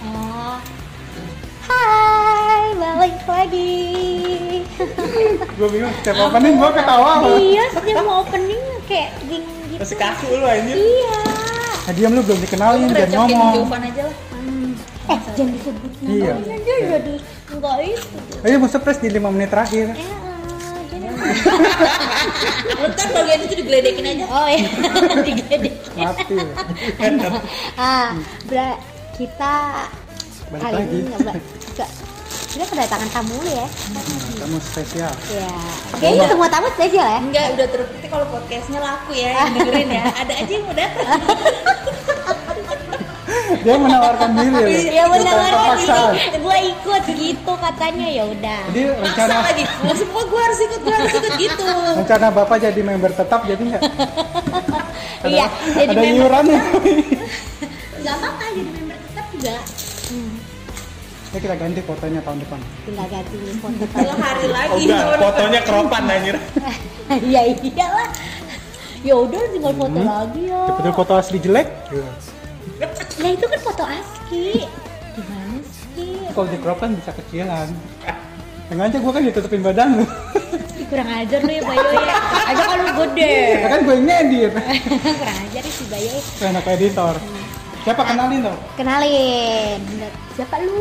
Oh. Ih. Gue bingung, setiap opening gue ketawa Nah, lu. Iya, setiap mau opening kayak ding gitu. Masih kaku lu anjir. Iya. Nah, diam lu belum dikenalin, jangan Recokin ngomong Jovan aja lah. Eh, jangan disebut nama. Iya. Aja jadi enggak itu. Ayo mau surprise di 5 menit terakhir Eh, eh, jangan. Ntar bagian kan itu digeledekin aja. Oh iya, digedek. Mati lu. Ah, bra, kita Balik kali lagi. ini nggak nggak- kita kedatangan tamu lu ya. Kamu spesial Iya. Ya, kayaknya semua tamu spesial ya. Enggak, udah terbukti kalau podcastnya laku ya, yang dengerin ya. Ada aja yang mau datang. Dia menawarkan diri lu Ya benar Bukan Iya, lagi, paksaan. gue ikut gitu katanya ya udah. Jadi Maksa rencana lagi. Maksud gua gua harus ikut, gua harus ikut gitu. rencana bapak jadi member tetap jadi nggak? Iya, jadi Ada member iuran ya? nggak apa-apa jadi member tetap juga. Hmm, Ya kita ganti fotonya tahun depan tinggal ganti foto. Dua hari Oh, lagi. enggak, tahun depan. fotonya keropan anjir. ya iyalah. Ya udah tinggal foto Hmm. lagi ya. Betul foto asli jelek? Iya. Nah itu kan foto ASCII. Gimana sih? Kalau di crop kan bisa kecilan Yang aja gue kan ditutupin badan lu Ih, Kurang ajar lu ya Bayo ya. Aja kalau gede. Ya kan gue yang ngedit Kurang ajar ya si Bayo. ya. Enak editor Siapa kenalin dong? Kenalin. Siapa lu?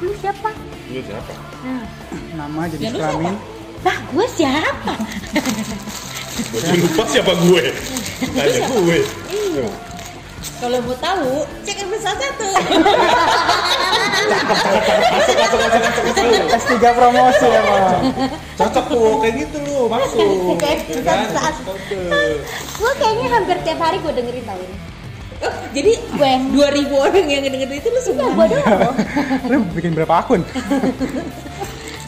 Lu siapa? Lu siapa? Nah, Nama Ya, jenis lu kelamin Lah, gue siapa? Gua juga lupa siapa gue. Tanya gue. Iya. Kalau mau tahu, cek episode 1. Masuk, masuk, masuk, masuk, S3 masuk. promosi ya, emang Cocok tuh, kayak gitu lu, Oh, masuk. Kayak iya Ya kan? saat- Cocok. Gue kayaknya hampir tiap hari gue dengerin tau ini. Oh, jadi Gue. 2000 orang yang dengerin itu lu Iya, semua. gue doang. loh. Lu bikin berapa akun?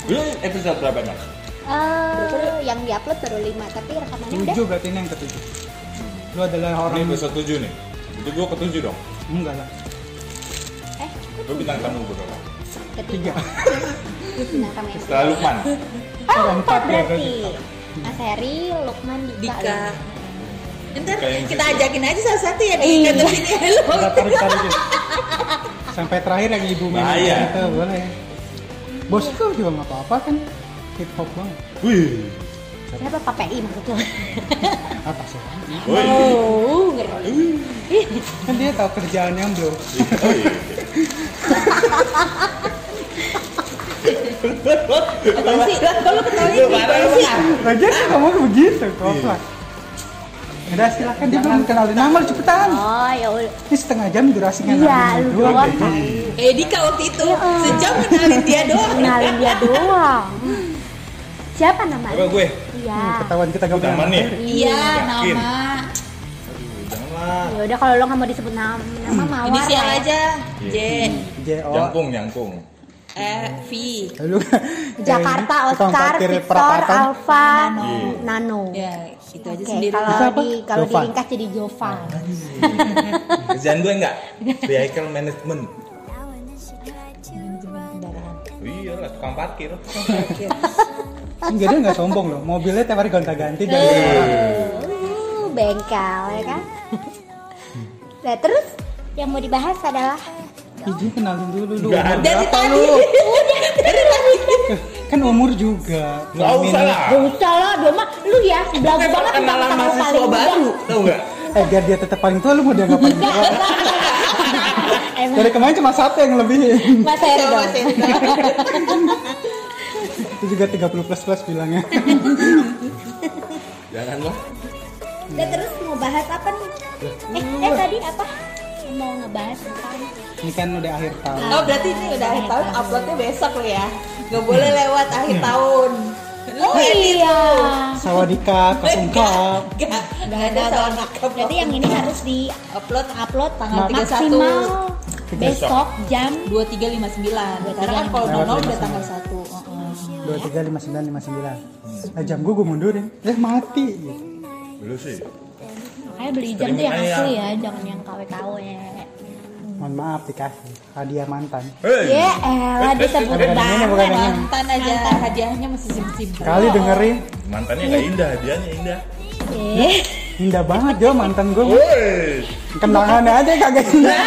Lu episode berapa, Mas? Eh, yang diupload baru 5, tapi rekamannya udah. 7 berarti ini yang ketujuh Lu adalah Ini orang episode 7 nih. Itu gue ketujuh dong. Enggak lah Eh, Lu bintang tamu berapa? ketiga. Tiga Nah, kamu yang Setelah Lukman. Oh, Empat empat ya, berarti. Mas Heri, Lukman, Dika. Dika. Ntar Kayak yang kita gitu. ajakin aja satu-satu ya Iya. Dika ke sini. Lu Kita tarik-tarikin Sampai terakhir yang ibu Bahaya. kita boleh Bosku juga nggak apa-apa kan Hip hop banget Wih. Siapa Pak PI maksud lo? Apa sih? Woi. Oh, ngeri. Kan dia tahu kerjaannya bro Woi. apa sih? Kok lu ketawain Lu Dika parah, lu sih? Lagian kan kamu tuh begitu, koplak. Udah silakan dia belum kenalin nama lu cepetan. Oh, ya udah. Ini setengah jam durasinya Iya, ngalih lu doang. doang. Eh Dika waktu itu sejam kenalin dia doang. Kenalin dia doang. Siapa Apa namanya? gue? Iya. Hmm, Ketahuan kita gak Udah aman nih. Iya, Yakin. nama. Aduh, janganlah. Ya udah kalau lo nggak mau disebut nama, nama mawar. Ini sial lah ya. aja. Iya. J JO. Jangkung, jangkung. E V. Lalu Jakarta, eh, tukang Oscar, parkir Victor, perapatan. Alfa, Iya. Nano. Ya, gitu aja Oke, sendiri. kalau Siapa? di kalau Jovan. diringkas jadi Jovan. Kerjaan gue enggak? Vehicle management. Iya lah, tukang parkir. Enggak dia nggak sombong loh. Mobilnya tiap hari gonta-ganti Eh. dan Uh, bengkel ya kan. Nah, terus yang mau dibahas adalah Izin kenalin dulu lu. umur Nggak ada. Dari berapa tadi. lu? Dari tadi. Kan umur juga. Nggak Kelamin. usah lah. Gak usah lah, dia mah lu ya belagu Kayak banget perkenalan sama mahasiswa paling baru, tau enggak? Eh biar dia tetap paling tua lu mau dianggap paling tua. Emang Dari kemarin cuma satu yang lebih. Mas Heri Sama dong. Mas Hendra. Itu juga 30 plus plus bilangnya. Janganlah. Nah, terus mau bahas apa nih? Eh, eh tadi apa? Mau ngebahas tentang Ini kan udah akhir tahun. Oh berarti ini udah akhir tahun uploadnya besok lo ya. Gak boleh Hmm. lewat akhir tahun. Lu edit. iya. Sawadika, kasungkap. Gak, gak ada Ada soal soal nakap. Jadi yang ini harus di upload upload tanggal Maksimal. 31 besok Besok. jam 2359 Karena kan kalau Lewat lima nol udah sembilan. tanggal 1 Heeh. dua tiga lima sembilan lima sembilan nah jam gue gue mundurin eh mati Lu sih. makanya beli jam tuh Terima yang kasih asli ya. ya, jangan yang KW-KW. mohon maaf dikasih hadiah mantan Hei. Ya elah disebut Bukan yang ini, banget. bukan yang ini. Mantan aja hadiahnya masih simpen-simpen kali dengerin Mantannya enggak indah, hadiahnya indah. Eh, indah banget jo mantan gue Woi. kenangan aja kagak indah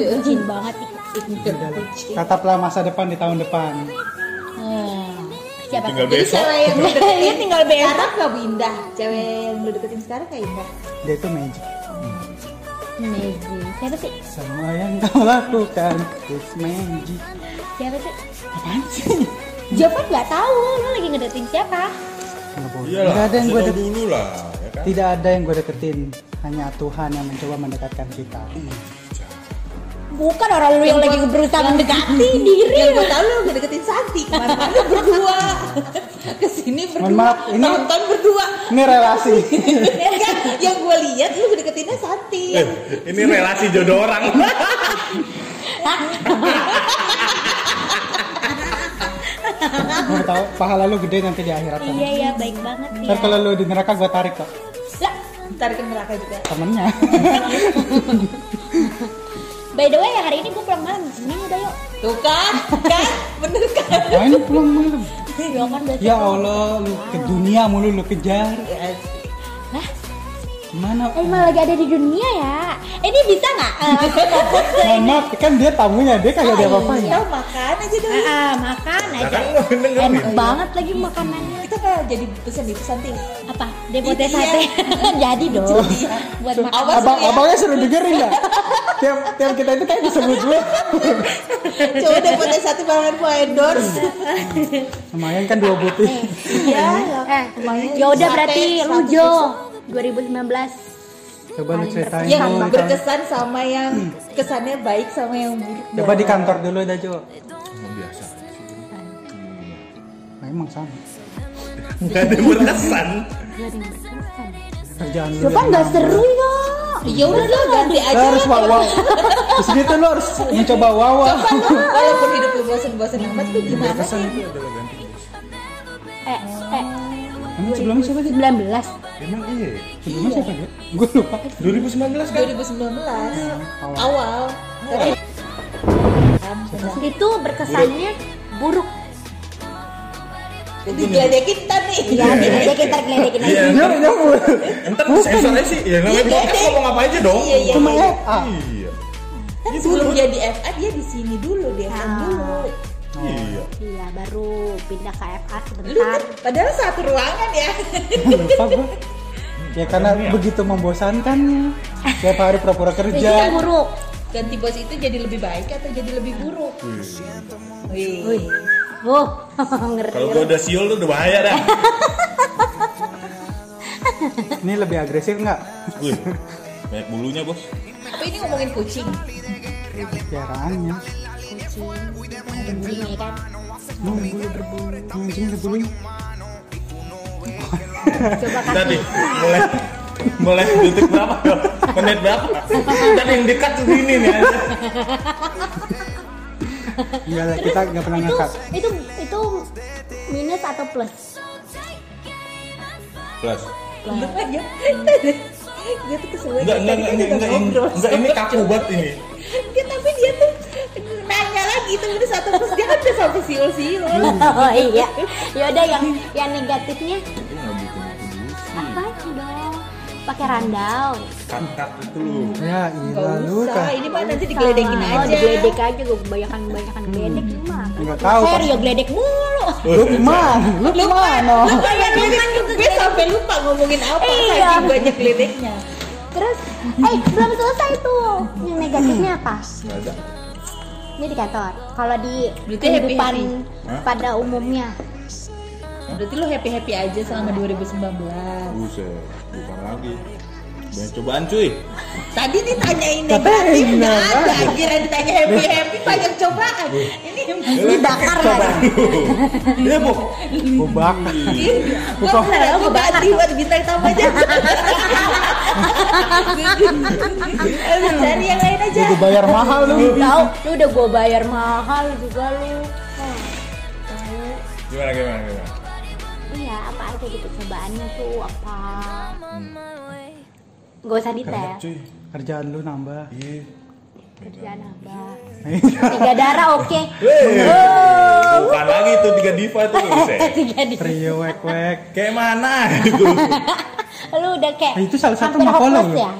ih, jin banget ih. Udahlah. Tataplah masa depan di tahun depan. Hmm. Siapa Tinggal sih? Jadi Besok. cewek yang lu Iya, deketin tinggal besok. sekarang gak Bu Indah. Cewek yang lu deketin sekarang kayak Indah. Dia itu magic. Megi. Siapa sih? Semua yang kau lakukan it's magic. Siapa sih? Apaan sih? Jawaban nggak tahu. Lu lagi ngedetin siapa? Nggak boleh. Iyalah, Nggak ada yang gue kasih tau deketin. dulu lah, ya kan? Tidak ada yang gue deketin. Hanya Tuhan yang mencoba mendekatkan kita. Bukan orang lu yang lagi berusaha mendekati diri. Yang gue tau lu gak deketin Santi kemana-mana berdua. Kesini berdua. Mohon maaf, ini- Nonton berdua. Ya Ini relasi. Enggak, yang gue lihat lu deketinnya Santi. Eh, ini relasi jodoh orang. gue tahu pahala lu gede nanti di akhirat. Iya ya, baik banget ya. Ntar kalau lu di neraka gue tarik kok Lah, Ntar ke neraka juga. temennya. by the way hari ini gue pulang malam. Senin udah yuk. Tuh kan, kan, bener kan. Nah ini pulang malam. Yuk kan udah. Ya Allah, lu ke dunia mulu lu kejar. Ya, Lah, Mana? Oh, emang lagi ada di dunia ya. Ini bisa nggak? Eh, fokus ke Mohon maaf, kan dia tamunya, dia kagak ada ya? apa-apanya. Kita makan aja dulu. Ah, ah, makan aja. Nah, kan lu dengerin. Enak banget lagi makanannya. Kita kayak jadi pesan di pesan Santi. Apa? Demote Iya. sate. Jadi ya. dong. Buat makan. Awas Abang, lu ya. abangnya suruh dengerin ya. tiap, tiap kita itu kayak disebut dulu. Coba deh buat satu barengan gua endorse. Iya. Lumayan kan dua butir. Ya, Eh, lumayan. ya udah Sate, berarti lu seratus Jo persen. 2019. Coba lu ceritain kan- yang dong. berkesan sama yang kesannya baik sama yang buruk. Coba di kantor dulu dah Jo. Emang biasa. Nah, emang sama. Gak ada berkesan. Kerjaan lu. Itu kan yang nggak lama. seru ya. Ya udah lo ganti Lu aja harus lah. wow wow. Terus gitu lu harus mencoba wow wow. Coba lu, walaupun hidup lu bosen-bosen amat tuh gimana sih? Eh, eh, Emang sebelumnya siapa sih? 19. Emang iya. Sebelumnya siapa sih? Gue lupa. 2019 kan? 2019 awal. awal. Tapi Itu berkesannya buruk. jadi diledekin kita nih. Ya, kita kita ngeledekin aja. Iya. Dia nyambut. Entar sensornya sih. Ya namanya Iya, podcast iya. ngomong apa aja dong. Iya, iya. Cuma ya. ah. Iya. Kan sebelum dia di FA dia di sini dulu di FM dulu. Iya. Iya, baru pindah ke FA Lu sebentar. kan padahal satu ruangan ya. lupa gue ya karena begitu membosankan tiap hari pura-pura Itu yang Iya, kerja buruk. Ganti bos itu jadi lebih baik atau jadi lebih buruk? Wih. Oh, ngerti. Kalau gua udah siul tuh udah bahaya dah. ini lebih agresif nggak Wih. Banyak bulunya bos. Tapi ini ngomongin kucing. piaraannya Ada bunyinya ya kan. mau bulu berbulu anjing berbulu Coba Tadi kasih. mulai mulai detik berapa ya? Menit berapa? Dan yang dekat segini nih. aja. nggak lah Iya, kita nggak pernah itu, ngangkat itu itu minus atau plus? Plus. Bener aja. Gue tuh keselnya. Enggak, enggak, enggak, enggak, enggak, enggak, enggak, ini kaku banget ini. Enggak, Ya, tapi dia tuh nanya lagi itu udah satu plus dia kan udah sampai siul siul. oh iya. Ya udah yang yang negatifnya Ini nggak bikin aku dulu sih. apa dong? Pakai randau. Cut-cut itu lu. ya Gak iya lu usah, kah ini mah nanti digeledekin Sama. Oh, aja. digeledek aja gue kebanyakan kebanyakan Hmm. geledek cuma. Nggak tahu, Fair pasti. ya geledek mulu. Lukman Lu Lukman oh. ya, Gue sampai lupa ngomongin apa Iya. saking banyak geledeknya. Terus, eh belum selesai tuh. Yang negatifnya apa? Nggak ada. Ini di kantor. Kalau di Berarti kehidupan happy-happy. Hah? pada umumnya. Berarti lu happy happy aja selama 2019. Buset, bukan lagi. Banyak cobaan cuy. Tadi ditanyain Tapi negatif nggak enak ada. Akhirnya ditanya happy happy banyak cobaan. Ini Dibakar Cobaan lu. Iya, Bu. bobak Gue beneran gue ganti buat bintang tamu aja. Eh, lu Cari yang lain aja. udah bayar mahal lu Tahu, lu udah gue bayar mahal juga lu. Oh, Gimana gimana gimana? iya, apa aja gitu cobaannya tuh apa? Hmm. Gak usah Keren detail. cuy. kerjaan lu nambah Iya. Kerjaan apa? Iya. Tiga darah oke. Wey. Bukan lagi itu tiga diva tuh buset. Tiga di. trio wek wek Kayak mana? Lu udah kayak. Nah, Itu salah satu hampir mah follow hopeless lu. ya?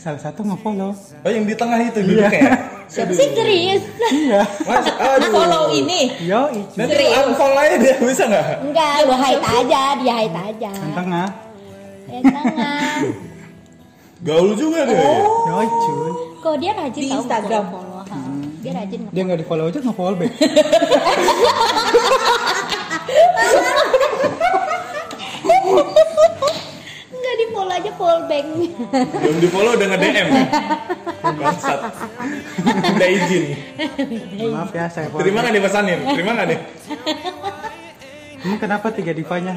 salah satu ngefollow Oh yang di tengah itu duduk kayak Siapa sih serius? Iya. Mas, ah. aduh. Follow Nah, ini. Yo, ijo. Nanti Serius. unfollow aja dia bisa nggak? Enggak, lu hide aja, dia hide aja. Ya, Yang tengah. Yang tengah. Gaul juga deh. Yo, cuy. Kok dia rajin Di tau Instagram. follow Dia rajin nge- Dia nggak di follow aja nggak follow back. Enggak di follow aja follow back. Yang di follow udah nge DM. Bangsat. Udah izin. Maaf ya saya follow. Terima nggak nih pesannya? Terima nggak nih? Emang kenapa tiga divanya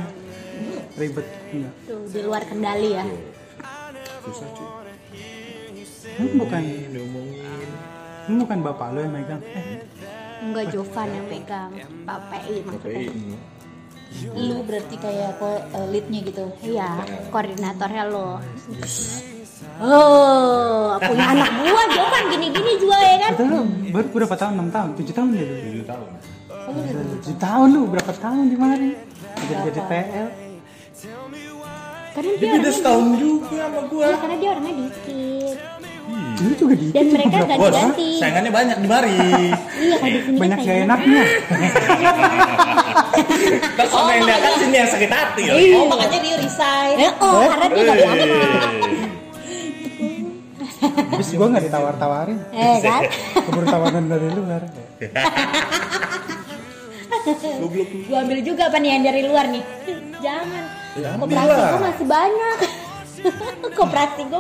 ribet? Enggak. Tuh di luar kendali ya. Susah cuy. Hmm, bukan Diomongin. hmm, bukan bapak lo yang megang. Eh, Enggak Jovan yang pegang. Pak PI maksudnya. Tapi Lu berarti kayak ko- eh, leadnya gitu. Iya, koordinatornya lo. Oh, punya anak gua Jovan gini-gini juga ya kan? kata lo baru berapa tahun? 6 tahun? 7 tahun dia dulu. 7 tahun. 7 tahun lu berapa tahun di mari? Jadi jadi TL. Karena dia Dia orangnya udah setahun juga sama gua. Iya, karena dia orangnya dikit. Lu juga gitu di Dan mereka Bos, ganti-ganti. sayangannya banyak di mari. Iya, kalau di sini banyak kan gak kayak- enaknya. Terus sama yang dia kan sini yang sakit hati ya. Iya. Oh makanya dia resign. Eh, oh, karena dia gak dianggap. Terus gua nggak ditawar-tawarin. Eh, kan? Keburu tawaran dari lu Mar. Goblok. Gua ambil juga apa nih yang dari luar nih? Jangan. Ya, ambil Koperasi lah. gua masih banyak. Koperasi gua.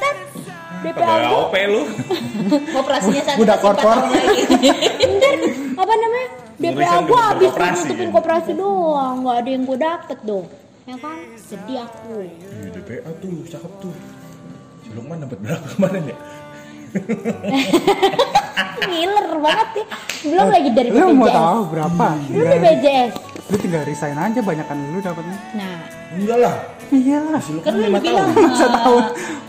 Tet, DPA Kagak gua OP lu. Operasinya saat Budak masih empat korpor. tahun lagi. Bentar, apa namanya? DPA Warisan gua demi habis tuh koperasi, nutupin ya? koperasi doang, nggak ada yang gua dapet dong. Ya kan? Sedih aku. Di DPA tuh cakep tuh. Si Lukman dapat berapa kemarin ya? Ngiler banget ya. Belum lagi dari Lu mau BPJS. tahu berapa? Iya. Lu BPJS. Lu tinggal resign aja banyakan lu dapatnya. Nah, Enggak lah. Iyalah. Si Kan Lukman lu 5 tahun. bilang Masa tahun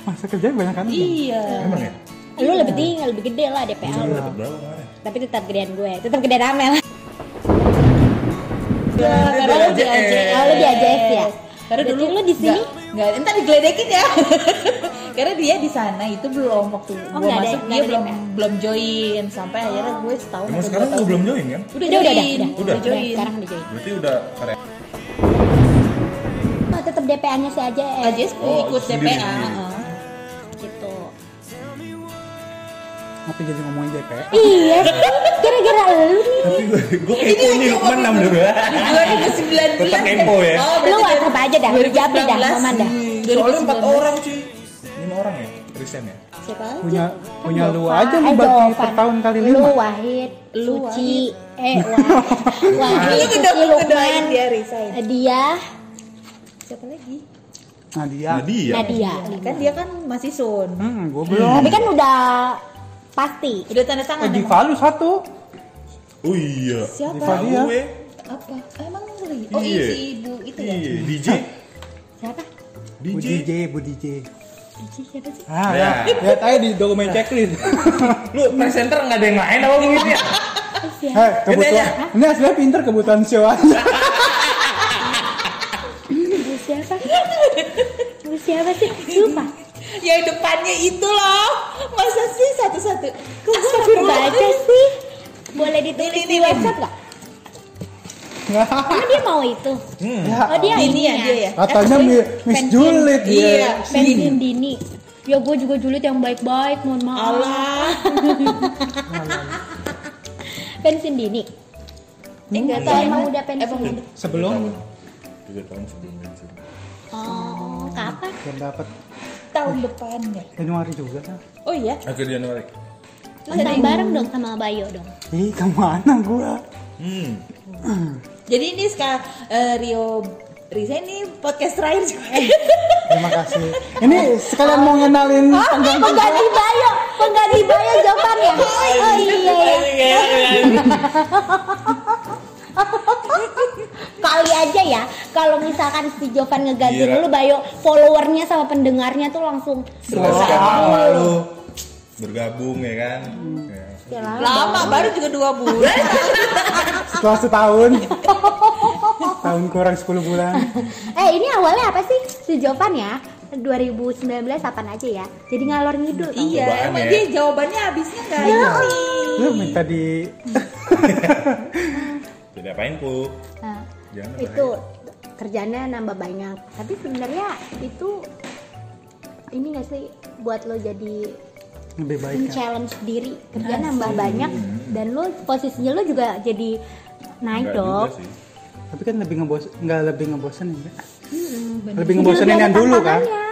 masa kerja kan? banyakan. iya. Emang ya? lu lebih tinggi, lebih gede lah DPA Lu lu. dapat berapa kemarin? Tapi tetap gedean gue, tetap gedean Amel. Karena lu di AJS. AJS. Oh, lu di AJS ya? Karena Berarti dulu lu di sini? nggak- nggak entar digeledekin ya. Karena dia di sana itu belum waktu Oh, gua nggak ada- ya? masuk nggak dia ada belum DPR. belum join sampai akhirnya gue setahun Emang atau sekarang dua lu tahun. belum join kan? Udah, Oh. Udah, udah, udah. join, Udah. Udah, join. sekarang udah join. Berarti udah karya. Oh, tetap DPA-nya si aja eh. AJS gue Oh, ikut sendiri, DPA. sendiri. heeh. gitu. Tapi jadi ngomongin JPR. Iya, sih, gara-gara lu nih. Tapi gue gue kepo nih Lukman 6 dulu. Gue ada 19 Tetap kepo ya? Oh, berarti Lu WhatsApp aja dah, lu jawab dah, 2019. Maman dah. Hmm, Soalnya 4 2019. orang cuy. 5 orang ya? Resign ya? Siapa aja? punya punya lu Jovan. aja lu Eh, bagi Jovan. per tahun kali Lu lima Wahid, Lu lu Suci, eh Wahid, Wahid, Iya, Lu Suci, udah Lukman, ngedoain dia resign. dia, Siapa lagi? nah dia Ya. Nadia. Nadia. Iya. Kan dia kan masih sun. hmm gue belum Tapi kan udah pasti. Udah tanda eh tangan. di emang. Palu satu Oh iya. di Siapa? Palu ya Gue. Apa? Ah, Emang ngeri. Oh, Iya. iya. ibu itu ya. Iya, DJ. Siapa? Bu DJ. DJ Bu DJ Suci siapa sih? ah Ya. ya. lihat aja di dokumen checklist Lu presenter nggak ada yang lain apa mungkin ya? Eh, siapa? eh kebutuhan ini aslinya pinter kebutuhan show aja Bu siapa? Bu siapa sih? Lupa. Yang depannya Ya, itu loh. Masa sih satu-satu? Kok gua nggak baca sih? Boleh ditulis di website nggak? Karena dia mau itu. Ya, Oh dia Dini ini ya dia ya. katanya Eh, Mi- Miss pensiun. Julid Iya. dia Pensiun dini. Ya gue juga julid yang baik-baik, mohon maaf. Allah. Pensiun dini. Eh, nggak Atau tahu Hmm. emang udah Emang pensiun? udah. sebelum Tiga tahun sebelum pensiun. Oh, kapan? yang dapat tahun depan ya. Januari juga kan Oh iya. Akhir Januari. Nonton bareng dong sama Bayo dong. ih kemana gua Hmm. Jadi ini sekarang eh, Rio Risa ini podcast terakhir juga. Eh, terima kasih ini sekalian mau ngenalin Oh, pengganti Bayo, pengganti Bayo Jovan ya. Oh iya. iya. Kali aja ya, kalau misalkan si Jovan ngeganti Gila. dulu Bayo, followernya sama pendengarnya tuh langsung Sekarang lama lu bergabung ya kan? Ya. Gila. Lama baru juga dua bulan. setelah setahun tahun kurang 10 bulan Eh ini awalnya apa sih si Jovan ya? 2019 apaan aja ya jadi ngalor ngidul Iya, Cobaan emang ya. Iya. dia jawabannya habisnya nggak Iya. ini. Lu minta di Tidak apain pu. Nah, Jangan bahaya. itu kerjanya nambah banyak tapi sebenarnya itu ini gak sih buat lo jadi lebih baik kan? challenge diri kerja nambah banyak dan lo posisinya lo juga jadi naik Enggak dong Hmm. juga sih. tapi kan lebih ngebos nggak lebih ngebosenin kan? bener. lebih Jadi ngebosenin lebih yang ada dulu kan tantangannya.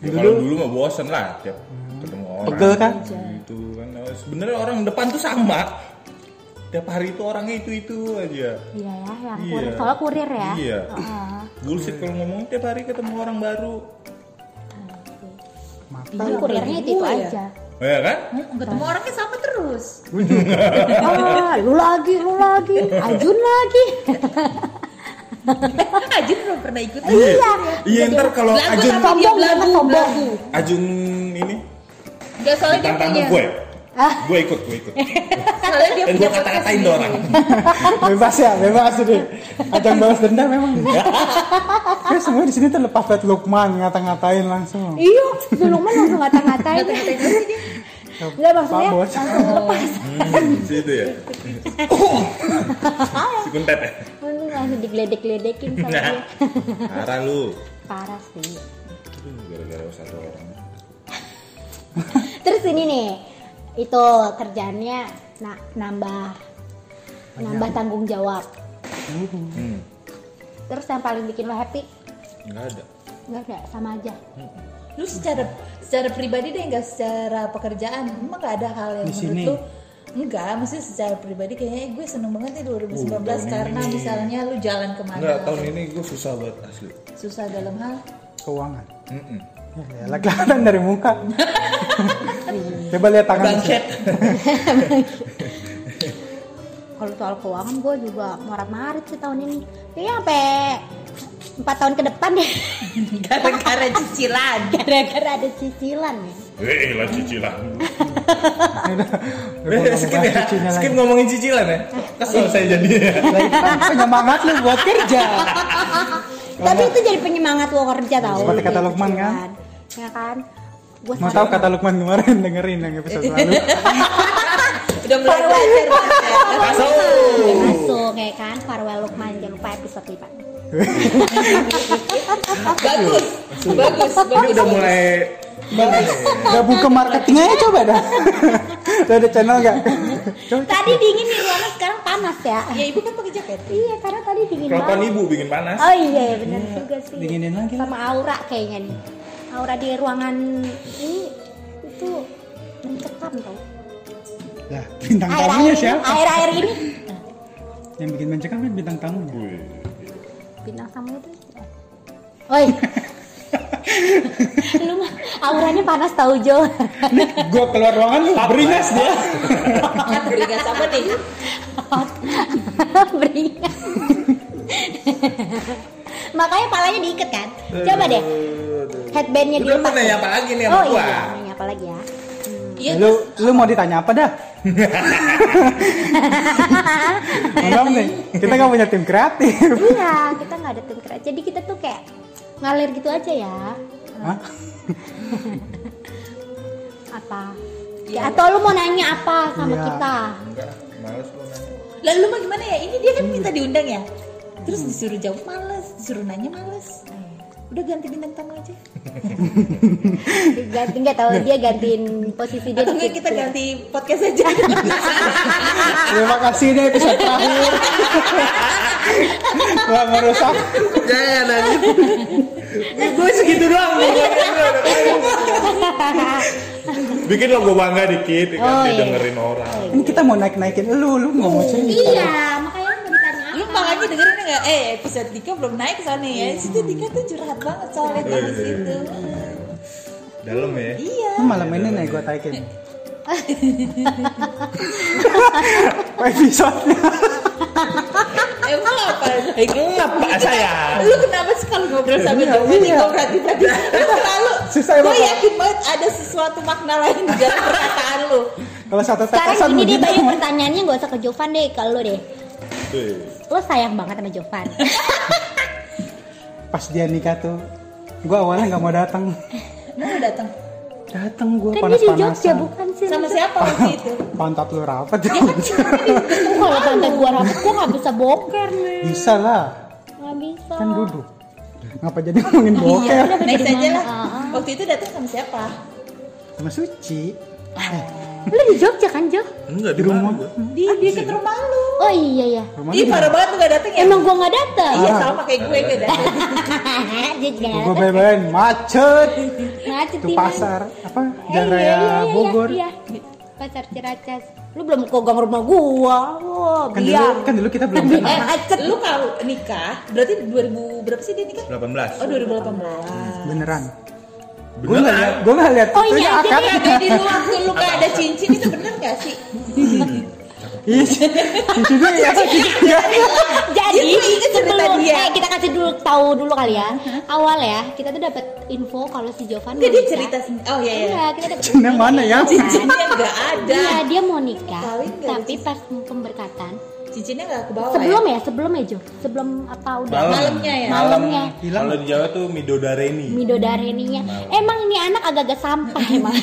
Ya, kalau dulu mah bosen lah tiap ketemu orang. Pegel kan? Gitu kan. Sebenarnya orang depan tuh sama. Tiap hari itu orangnya itu itu aja. iya ya yang Iya. kurir soalnya kurir ya Iya. Heeh. Bullshit kalau ngomong tiap hari ketemu orang baru. mata Tapi kurirnya itu, itu Iya. aja Oh, ya kan? Hmm, Ketemu orangnya sama terus. ah lu lagi lu lagi Ajun lagi Ajun belum pernah ikut. iya Iya ntar kalau Belagu Ajun tapi dia Sombong, belagu, sombong. belagu. Ajun ini Gak soalnya dia bintang tamu punya. gue. Gue ikut, gue ikut. Soalnya dia Dan punya gue kata-katain tuh orang. bebas ya bebas deh ajang balas dendam memang ya semua di sini terlepas dari Lukman ngata-ngatain langsung iya belum langsung ngata-ngatain Enggak maksudnya Pak Bos. langsung lepas Hmm, si itu ya. si kuntet ya. Langsung- Oh, langsung digeledek-geledekin sama Nah, dia parah lu. parah sih Aduh, Hmm, Gara-gara satu orang. terus ini nih itu kerjaannya na- nambah nambah tanggung jawab Mm-hmm. Hmm, terus yang paling bikin lo happy nggak ada. enggak enggak sama aja Hmm. Lu secara secara pribadi deh nggak secara pekerjaan. Emang nggak ada hal yang Di sini. menurut lu Enggak, maksudnya secara pribadi kayaknya eh, gue seneng banget nih 2019 Uh, tahun karena ini. misalnya lu jalan kemana Enggak, tahun ini gue susah banget asli. susah dalam hal keuangan Mm-mm. ya kelihatan dari muka coba lihat tangan bangset kalau soal keuangan gue juga morat marit sih tahun ini kayaknya sampai empat tahun ke depan deh gara-gara cicilan. gara-gara ada cicilan ya Hei, lah Eh, cicilan. Udah, udah, skip ya, bahas cucinya skip ngomongin cicilan ya. Kesel saya jadinya. lagi. Lah, itu kan penyemangat lu buat kerja tapi itu jadi penyemangat lo kerja tau Oh, Nah, Seperti kata Lukman, kan? ya kan gue mau tahu kata Lukman kemarin dengerin yang episode lalu Udah mulai belajar. Masuk. masuk ya kan farewell Lukman jangan lupa episode 5 bagus, bagus, Ini bagus. udah mulai udah buka marketingnya ya coba dah udah ada channel gak coba tadi dingin di luar sekarang panas ya Ya ibu kan pakai jaket. iya karena tadi dingin kelakuan banget ibu bikin panas. oh iya ya benar juga sih dinginin lagi lah sama aura kayaknya nih aura di ruangan ini itu mencekam tau lah bintang air tamunya air ini siapa air air ini yang bikin mencekam kan bintang tamunya Wih. bintang tamu itu Oi, lu mah auranya panas tau Jo. gue keluar ruangan lu beringas dia Kan beringat sama nih. Beringat. Makanya palanya diikat kan? Coba deh, headbandnya Udah mau dilepas. nanya apa lagi nih sama Oh gua? iya, nanya apa lagi ya? Iya. lu lu mau ditanya apa dah Enggak nih, kita gak punya tim kreatif iya, kita nggak ada tim kerja. Jadi kita tuh kayak ngalir gitu aja ya. Hah? Apa? Iya. Ya, atau lu mau nanya apa sama Iya. kita? Enggak, males gua nanya. Lalu mah gimana ya? Ini dia kan minta diundang ya. Terus disuruh jawab males, disuruh nanya males. Udah ganti bintang tamu aja. Ganti nggak tahu dia gantiin posisi dia. di Atau enggak situ. kita ganti podcast aja. Terima kasih ini episode terakhir Gak ngerusak Jangan aja. gue segitu doang gua ngomongnya. Bikin lo gue bangga dikit, Oh, nanti iya. dengerin orang. Ini kita mau naik-naikin lu, lu gak mau cerita Iya, makanya lu mau ditanya Lu apa? makanya dengerin enggak? Eh, episode Dika belum naik sana ya. Situ Dika tuh curhat banget soalnya tadi situ. Dalam ya. Iya. Lu malam ini nih gue taikin Episode Emang apa? Eh, Ngap Pak, saya. Lu kenapa sih kalau ngobrol sama Iya, Jokowi iya. kok berarti-berarti? Lu selalu, Susah gue emang, Pak. yakin banget ada sesuatu makna lain di dalam perkataan lu. Kalau satu tetesan Sekarang ini deh begitu banyak pertanyaannya gak usah ke Jovan deh kalau lu deh. Tuh. Iya. Lu sayang banget sama Jovan. Pas dia nikah tuh Gue awalnya nggak mau datang. Mau Nah, datang Datang gue kan dia di Jogja panas-panasan. bukan sih sama siapa waktu itu? Pantat lu rapat. Lu kalau pantat gua rapet gua nggak bisa boker nih Bisa lah. nggak bisa Kan duduk. Ngapa jadi ngomongin boker? Iya, next dari aja mana? lah. Waktu itu datang sama siapa? Sama suci. lu di Jogja kan Jo Enggak di Di rumah rumah. gua. Ah, Di dia ke rumah lu. oh iya ya Rumah Ih, parah banget lu gak datang ya? emang gua nggak datang Iya sama kayak gue gue datang. dia juga nggak Gue datang belain macet. macet Itu di mana? pasar apa? Iya. Eh, Jalan iya, Raya iya, iya, Bogor. iya. pasar Ciracas lu belum ke gang rumah gua wah Kan dulu, biar kan dulu kita belum Eh, Acet, lu kalau nikah, berarti 2000 berapa sih dia nikah? 18. Oh, 2018. beneran. Gue Beneran. nggak lihat, gue nggak lihat Oh, iya, itunya, jadi akad. Kayak di lu waktu lu kayak ada cincin itu bener gak sih? Iya, cici gue ya, cici ya. Jadi Iya, gua inget cerita sebelum dia. eh kita kasih dulu tahu dulu kali ya. Awal ya, kita tuh dapat info kalau si Jovan mau Enggak dia nikah. cerita sendiri. Oh iya iya. Iya, kita dapat Cincinnya mana ya? Cincinnya gak ada. Iya, dia mau nikah. Kawin Oh, nggak Tapi pas pemberkatan, Cincinnya gak ke bawah. sebelum ya, sebelum ya Jo, sebelum apa udah Malam. Malamnya ya? Malamnya. Hilang. Kalau di Jawa tuh midodareni. midodareninya. Emang ini anak agak-agak sampah emang.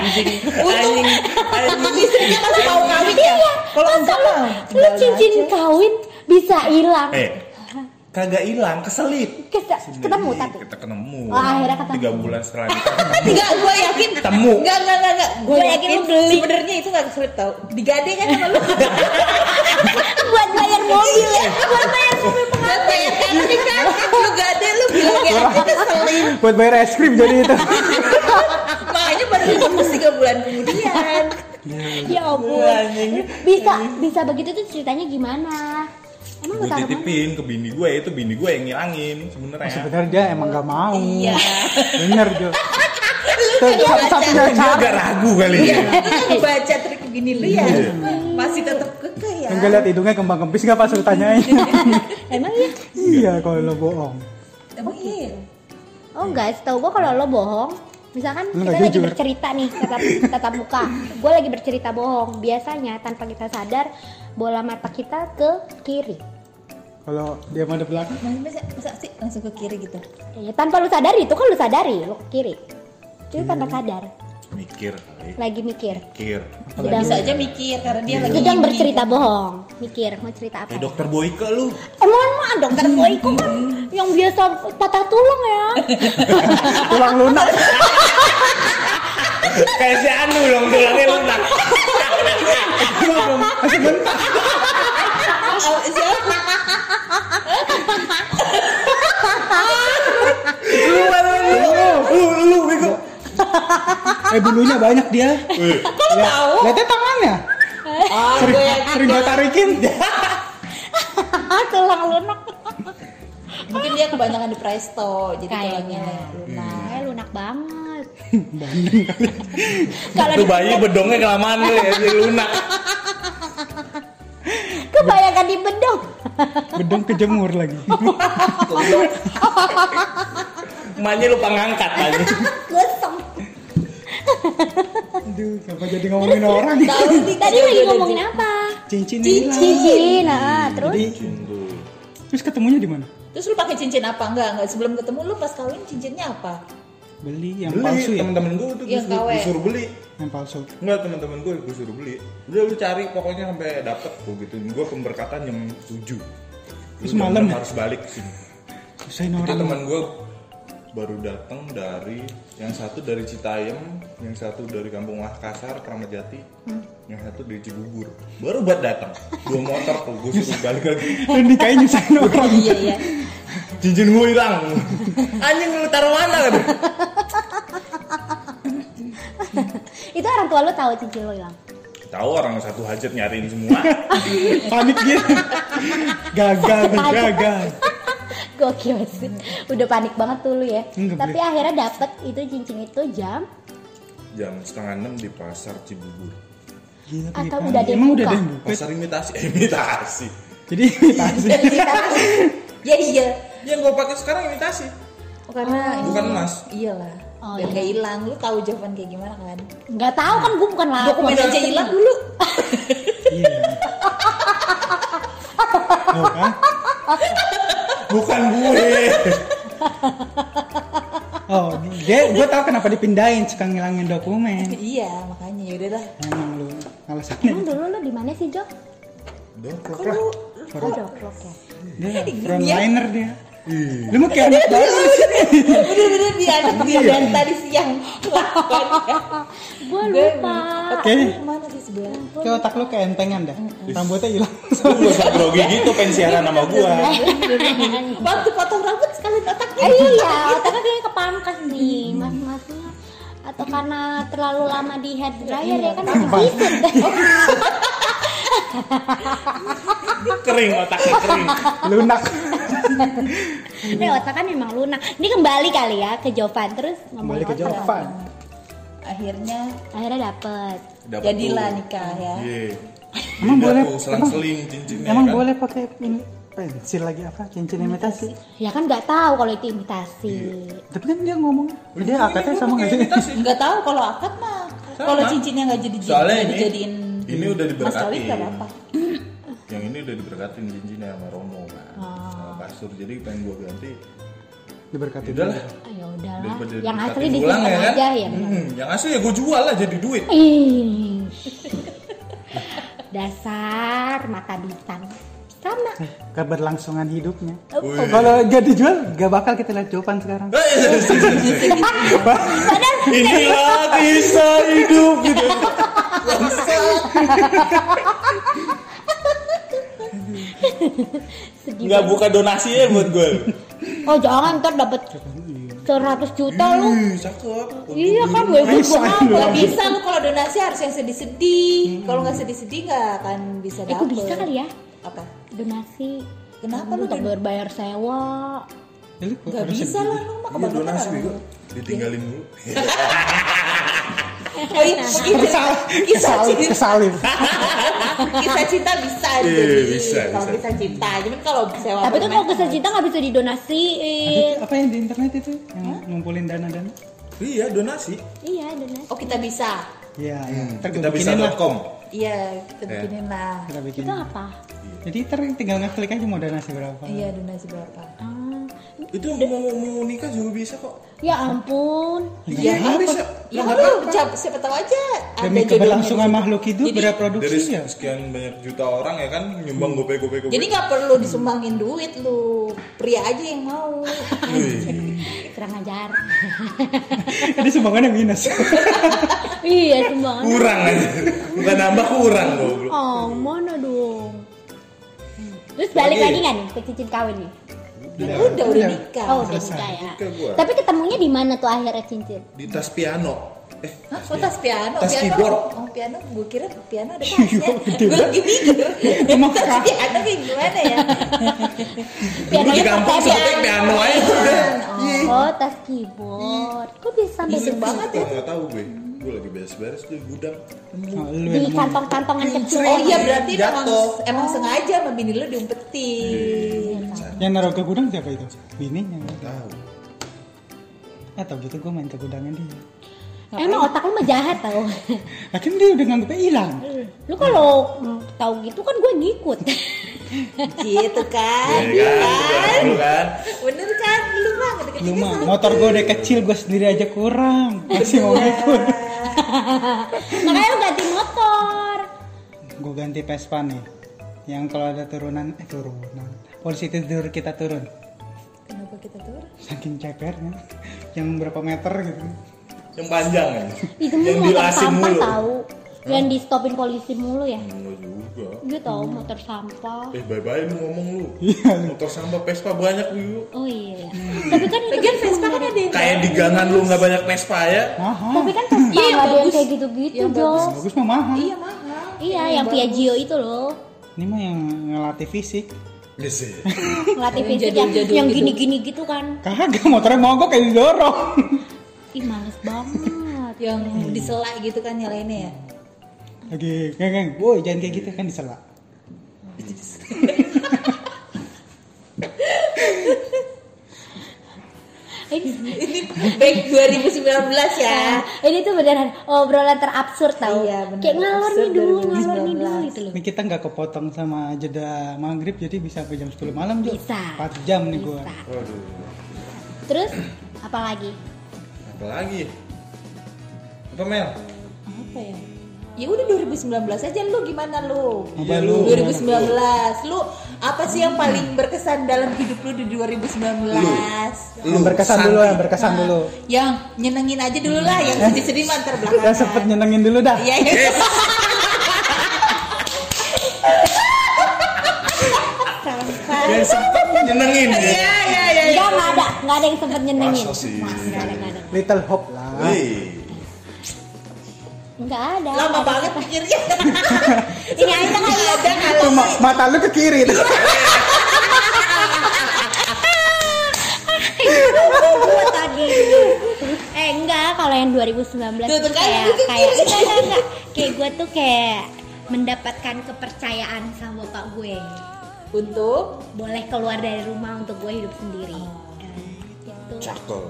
Untung istrinya masih mau kawin ya. Kalau enggak mah Iya, Lu cincin kawin bisa hilang. Eh, kagak hilang, keselip. Iya, Kes- Ketemu tapi. kita ketemu. Oh, akhirnya ketemu. Tiga bulan setelah nikah. Enggak, gue yakin. Temu. Enggak, enggak, enggak, enggak. Gue Gua yakin yakin lu beli. sebenarnya itu enggak keselip tau. Digade kan sama lu. Buat bayar mobil ya. Eh. Buat bayar mobil. Buat bayar kartu di kartu. kan? Lu gade, lu bilang ya itu keselip. Buat bayar es krim jadi itu. Makanya baru diputus tiga bulan kemudian. Ya ampun. Bisa bisa begitu tuh ceritanya gimana? Emang lu gue taruh mana? titipin ke bini gue, itu bini gue yang ngilangin Oh, sebenarnya. Sebenarnya dia emang nggak mau. Iya. Bener Jo. Tuh, Iya, juga satu- Satunya Eh, Dia cara. agak ragu kali ya. Iya. Lu kan baca trik gini lu ya. Iya. Masih tetap kekeh ya. Enggak lihat hidungnya kembang kempis nggak pas lu tanyain. Iya. Emang ya? Iya kalau lo bohong. Emang iya. ya? Oh enggak, setahu gua kalau lo bohong, misalkan Lo kita nggak lagi jujur. bercerita nih tatap tatap muka, gue lagi bercerita bohong. Biasanya tanpa kita sadar bola mata kita ke kiri. Kalau dia mau ada belakang. Masih masa, masa sih langsung ke kiri gitu. Eh, tanpa lu sadari itu kan lu sadari lo ke kiri. Itu tanpa sadar, Mikir kali. lagi mikir. Mikir. Sedang, Bisa aja mikir karena dia lagi sedang bercerita bohong, mikir mau cerita apa. Kayak dokter Boyke lu. Eh mohon maaf dokter Boyko kan yang biasa patah tulang ya. Tulang lunak. Kayak si Anu dong, tulangnya lunak. Belum, belum. Masih bentar. Oh, siapa? Lu mana lu? Lu, lu, bego. Eh bulunya banyak dia. Wih, Lihat- Lihatnya tangannya. Ah, Oh, gue yakin. Sering gue tarikin. tulang lunak. Mungkin dia kebanyakan di Presto jadi tulangnya. Kayaknya lunak, eh, lunak banget. Kalau Itu di- bayi bedongnya kelamaan lu ya, jadi lunak. Kebanyakan di bedok. Bedung kejemur lagi. Emaknya lupa ngangkat aja. Gosong. Aduh, kenapa jadi ngomongin orang? ya? Tahu nih Tadi lagi iya, ngomongin apa? Cincin Cincin. Nah, terus Jadi terus ketemunya di mana? Terus lu pakai cincin apa? Enggak, enggak. Sebelum ketemu lu pas kawin cincinnya apa? Beli yang Beli, palsu ya? temen-temen gue tuh Iya, disuruh, KW. disuruh beli. Yang palsu. Enggak, temen-temen gue gue suruh beli. Udah lu cari pokoknya sampai dapet tuh gitu. Gue pemberkatan jam 7. Lu Terus malam jam ya? harus balik ke sini. Susahin Itu orang. teman gue baru datang dari yang satu dari Citayam, yang satu dari Kampung Kasar, Keramat Jati, Hmm. yang satu dari Cibubur. Baru buat datang. Dua motor tuh gue suruh balik lagi. Dan nikahin nyusahin orang. Iya, iya. Cincin gue hilang. Anjing lu taruh mana kan? itu orang tua lu tahu cincin lo hilang. Tahu orang satu hajat nyariin semua. Panik dia. Gagal, nih, gagal. Gokil sih. Udah panik banget tuh lu ya. Enggak, Tapi akhirnya dapet itu cincin itu jam Jam setengah enam di pasar Cibubur. Gila, Atau panik. udah ada yang Emang udah buka? ada yang buka? Pasar imitasi, Eh, imitasi. Jadi imitasi. Ya iya. Yang gue pakai sekarang imitasi, Karena bukan emas. iyalah. Oh, iya. Biar nggak hilang. Lu tahu jawaban kayak gimana kan? nggak tahu kan gue bukan lah. Dokumen aja hilang dulu. Iya. Loh, kan? Bukan gue. oh, Dia, gue tau kenapa dipindahin, suka ngilangin dokumen. iya makanya ya udahlah Emang lu Emang alasannya dulu lu di mana sih, Jok? Dokter Lu Oh, Joklok dia ya. frontliner dia. Lu mau kayak anak baru di sini. bener-bener dia anak Iya. dia dan tadi siang Gue lupa. Kayaknya kemana Ah, sih sebelah kayak otak lu kayak entengan dah. Rambutnya hilang. Lu gak usah grogi gitu pensiaran sama gua waktu potong rambut sekalian otaknya Eh, iya, otaknya kayaknya kepangkas nih, mas-masnya. Atau karena terlalu lama di hair dryer ya kan masih kusut. Kering otaknya kering Lunak. Ini otak kan memang lunak. Ini kembali kali ya ke Jovan terus Kembali ngomongin ke otak. jawaban. akhirnya Akhirnya dapet. Dapet jadilah tuh. nikah ya Iya Emang Beda boleh- tuh, Selang-seling cincinnya Emang kan. boleh pakai ini pensil lagi apa? Cincin imitasi. Ya kan nggak tahu kalau itu imitasi. Tapi kan dia ngomong, dia akadnya sama nggak sih? nggak tahu kalau akad mah kalau cincinnya nggak jadi Soalnya ini dijadiin Ini udah mas diberkati kawin nggak apa-apa Yang ini udah diberkatin cincinnya sama Romo kan Sama kasur Jadi pengen gua ganti Diberkati. Udah lah Ah, ya udahlah. Daripada Yang diberkatin asli ulang, disimpan kan? aja ya. bener. Hmm, Yang asli ya gua jual lah jadi duit Ih. Dasar mata bintang. Sama. Keberlangsungan hidupnya. Wih. Kalau gak dijual, gak bakal kita lihat jawaban sekarang. Inilah kisah hidup gitu. Sedih Nggak buka donasi ya buat gue. Oh jangan ntar dapat 100 juta lu. Ih, cakep. Iya kan gue ikut Bisa, gua lu. Iya. apa? nggak bisa iya. lu kalau donasi harus yang sedih-sedih kalau nggak sedih-sedih nggak akan bisa Eh dapet gue bisa kali ya apa donasi. Kenapa lu lu tak berbayar sewa? Jadi kok nggak harus bisa sedih? lah lu mah Iya kebangetan donasi orang. Eh, bego. Ditinggalin dulu. Nah, Oh, iya, gitu. Kesal, Kisah kesal, cinta. kesalin. kisah cinta bisa Iya, jadi bisa, kalau bisa. kisah cinta cuman kalau sewa Tapi kan- tuh permen, kalau kisah cinta nggak bisa Iya. didonasiin. Apa yang di internet itu? Yang ngumpulin dana-dana? Iya donasi. Iya donasi. oh kita bisa Iya, iya. Ntar gua Hmm, Kita bisa bikinin lah. com. iya kita bikinin lah Hmm. Kita bikin. Itu apa? Jadi ntar tinggal ngeklik aja mau donasi berapa. iya donasi berapa Ah, Itu yang mau mau nikah juga bisa kok. ya ampun. Iya bisa. Ya lu siapa, siapa tahu aja Ya, Demi keberlangsungan makhluk hidup Dari berproduksi ya. sekian banyak juta orang ya kan nyumbang gope gope gope. Jadi nggak perlu disumbangin duit lu, pria aja yang mau. Kurang ajar. Jadi sumbangannya minus. Oh, iya sumbangan. kurang aja. Bukan nambah kurang goblok. Oh mana dong? Terus balik Lagi. lagi nggak nih ke cincin kawin nih? Iya. Udah, udah, udah. nikah. Oh udah selesai. nikah ya. Nikah gua. Tapi ketemunya di mana tuh akhirnya cincin? Di tas piano. Eh, Hah? Oh, tas piano, Tas piano. keyboard. Oh, piano, gue kira piano ada Iya, tasnya. gede gue lagi mikir, Emang tas kah? piano kayak gimana ya? Dulu di kampung sebutnya piano aja udah. Iya. Oh tas keyboard. Kok bisa sampai Iseng situ? banget ya. Gue nggak tahu gue. Gue lagi beres-beres di gudang. Oh, lu Di Iya. yang kan- mau. kantong-kantongan kecil. Oh iya berarti emang Jatuh. emang sengaja sama bini lu diumpetin. Yang naruh ke gudang siapa itu? Bininya. Tahu. Atau gitu gue main ke gudangnya dia. Emang otak lu mah jahat tau. Lah kan dia udah nganggepnya hilang. Lu kalau mm, tahu gitu kan gue ngikut. Gitu kan? Iya kan? Lu kan? Bener kan? Lu mah deket Lu mah motor gue udah kecil gue sendiri aja kurang. Masih mau ngikut. Makanya lu ganti motor. Gue ganti Vespa nih. Yang kalau ada turunan, eh turunan. Polisi tidur kita turun. Kenapa kita turun? Saking cepernya. Yang berapa meter gitu. Yang panjang kan? Itu mah motor sampah tahu. Yang di stopin polisi mulu ya. Enggak juga. Gue tau motor sampah. Eh bye-bye lu ngomong lu. Iya. Motor sampah Vespa banyak lu. Oh iya. Hmm. Tapi kan itu Lagian Vespa kan ada yang Kayak di gangan lu nggak banyak Vespa ya. Mahal. Tapi kan Vespa nggak Iya, ada yang bagus. kayak gitu-gitu, Iya, Jos. Bagus mah mahal. Iya mahal. Iya, yang Piaggio itu loh. Ini mah yang ngelatih fisik. Yes, Iya sih. Ngelatih fisik yang jadul-jadul yang gitu. gini-gini gitu kan. Kagak motornya mogok kayak didorong. Ih, males banget. Yang Hmm. diselak gitu kan nyalainnya ya. Lagi geng geng, woi jangan kayak gitu kan disela. Ini Ini back 2019 ya. Nah, ini tuh beneran obrolan terabsurd tau Iya, bener. kayak ngalor nih Absurd dulu ngalor nih 2019. dulu gitu loh Ini kita nggak kepotong sama jeda maghrib jadi bisa sampai jam 10 malam juga. Bisa. 4 jam nih gua. Bisa. Waduh. terus apalagi apa lagi apa Mel apa ya ya udah 2019 aja lu gimana lu Iya, Apa lu. 2019 lu apa sih yang paling berkesan dalam hidup lu di 2019 yang berkesan Santi. dulu yang berkesan dulu yang Ya, nyenengin aja dulu lah yang sedih-sedih mah ntar yang belakangan sempet nyenengin dulu dah iya iya yang sempet kan nyenengin ya iya iya iya Enggak, enggak ada, enggak ada yang sempet nyenengin. Masa sih? Enggak ada, enggak ada. little hope lah Wih. Enggak ada. lama banget pikirnya Ini aja kan ada kalau Tuh, ma- mata lu ke kiri Iya. tuh. gua tadi. Eh, enggak, kalau yang 2019 Tuh, tuh kayak tuh, kayak gitu, kayak enggak, enggak, enggak. Kayak gua tuh kayak mendapatkan kepercayaan sama bapak gue. untuk Boleh keluar dari rumah untuk gue hidup sendiri. Oh. Eh, gitu. cakep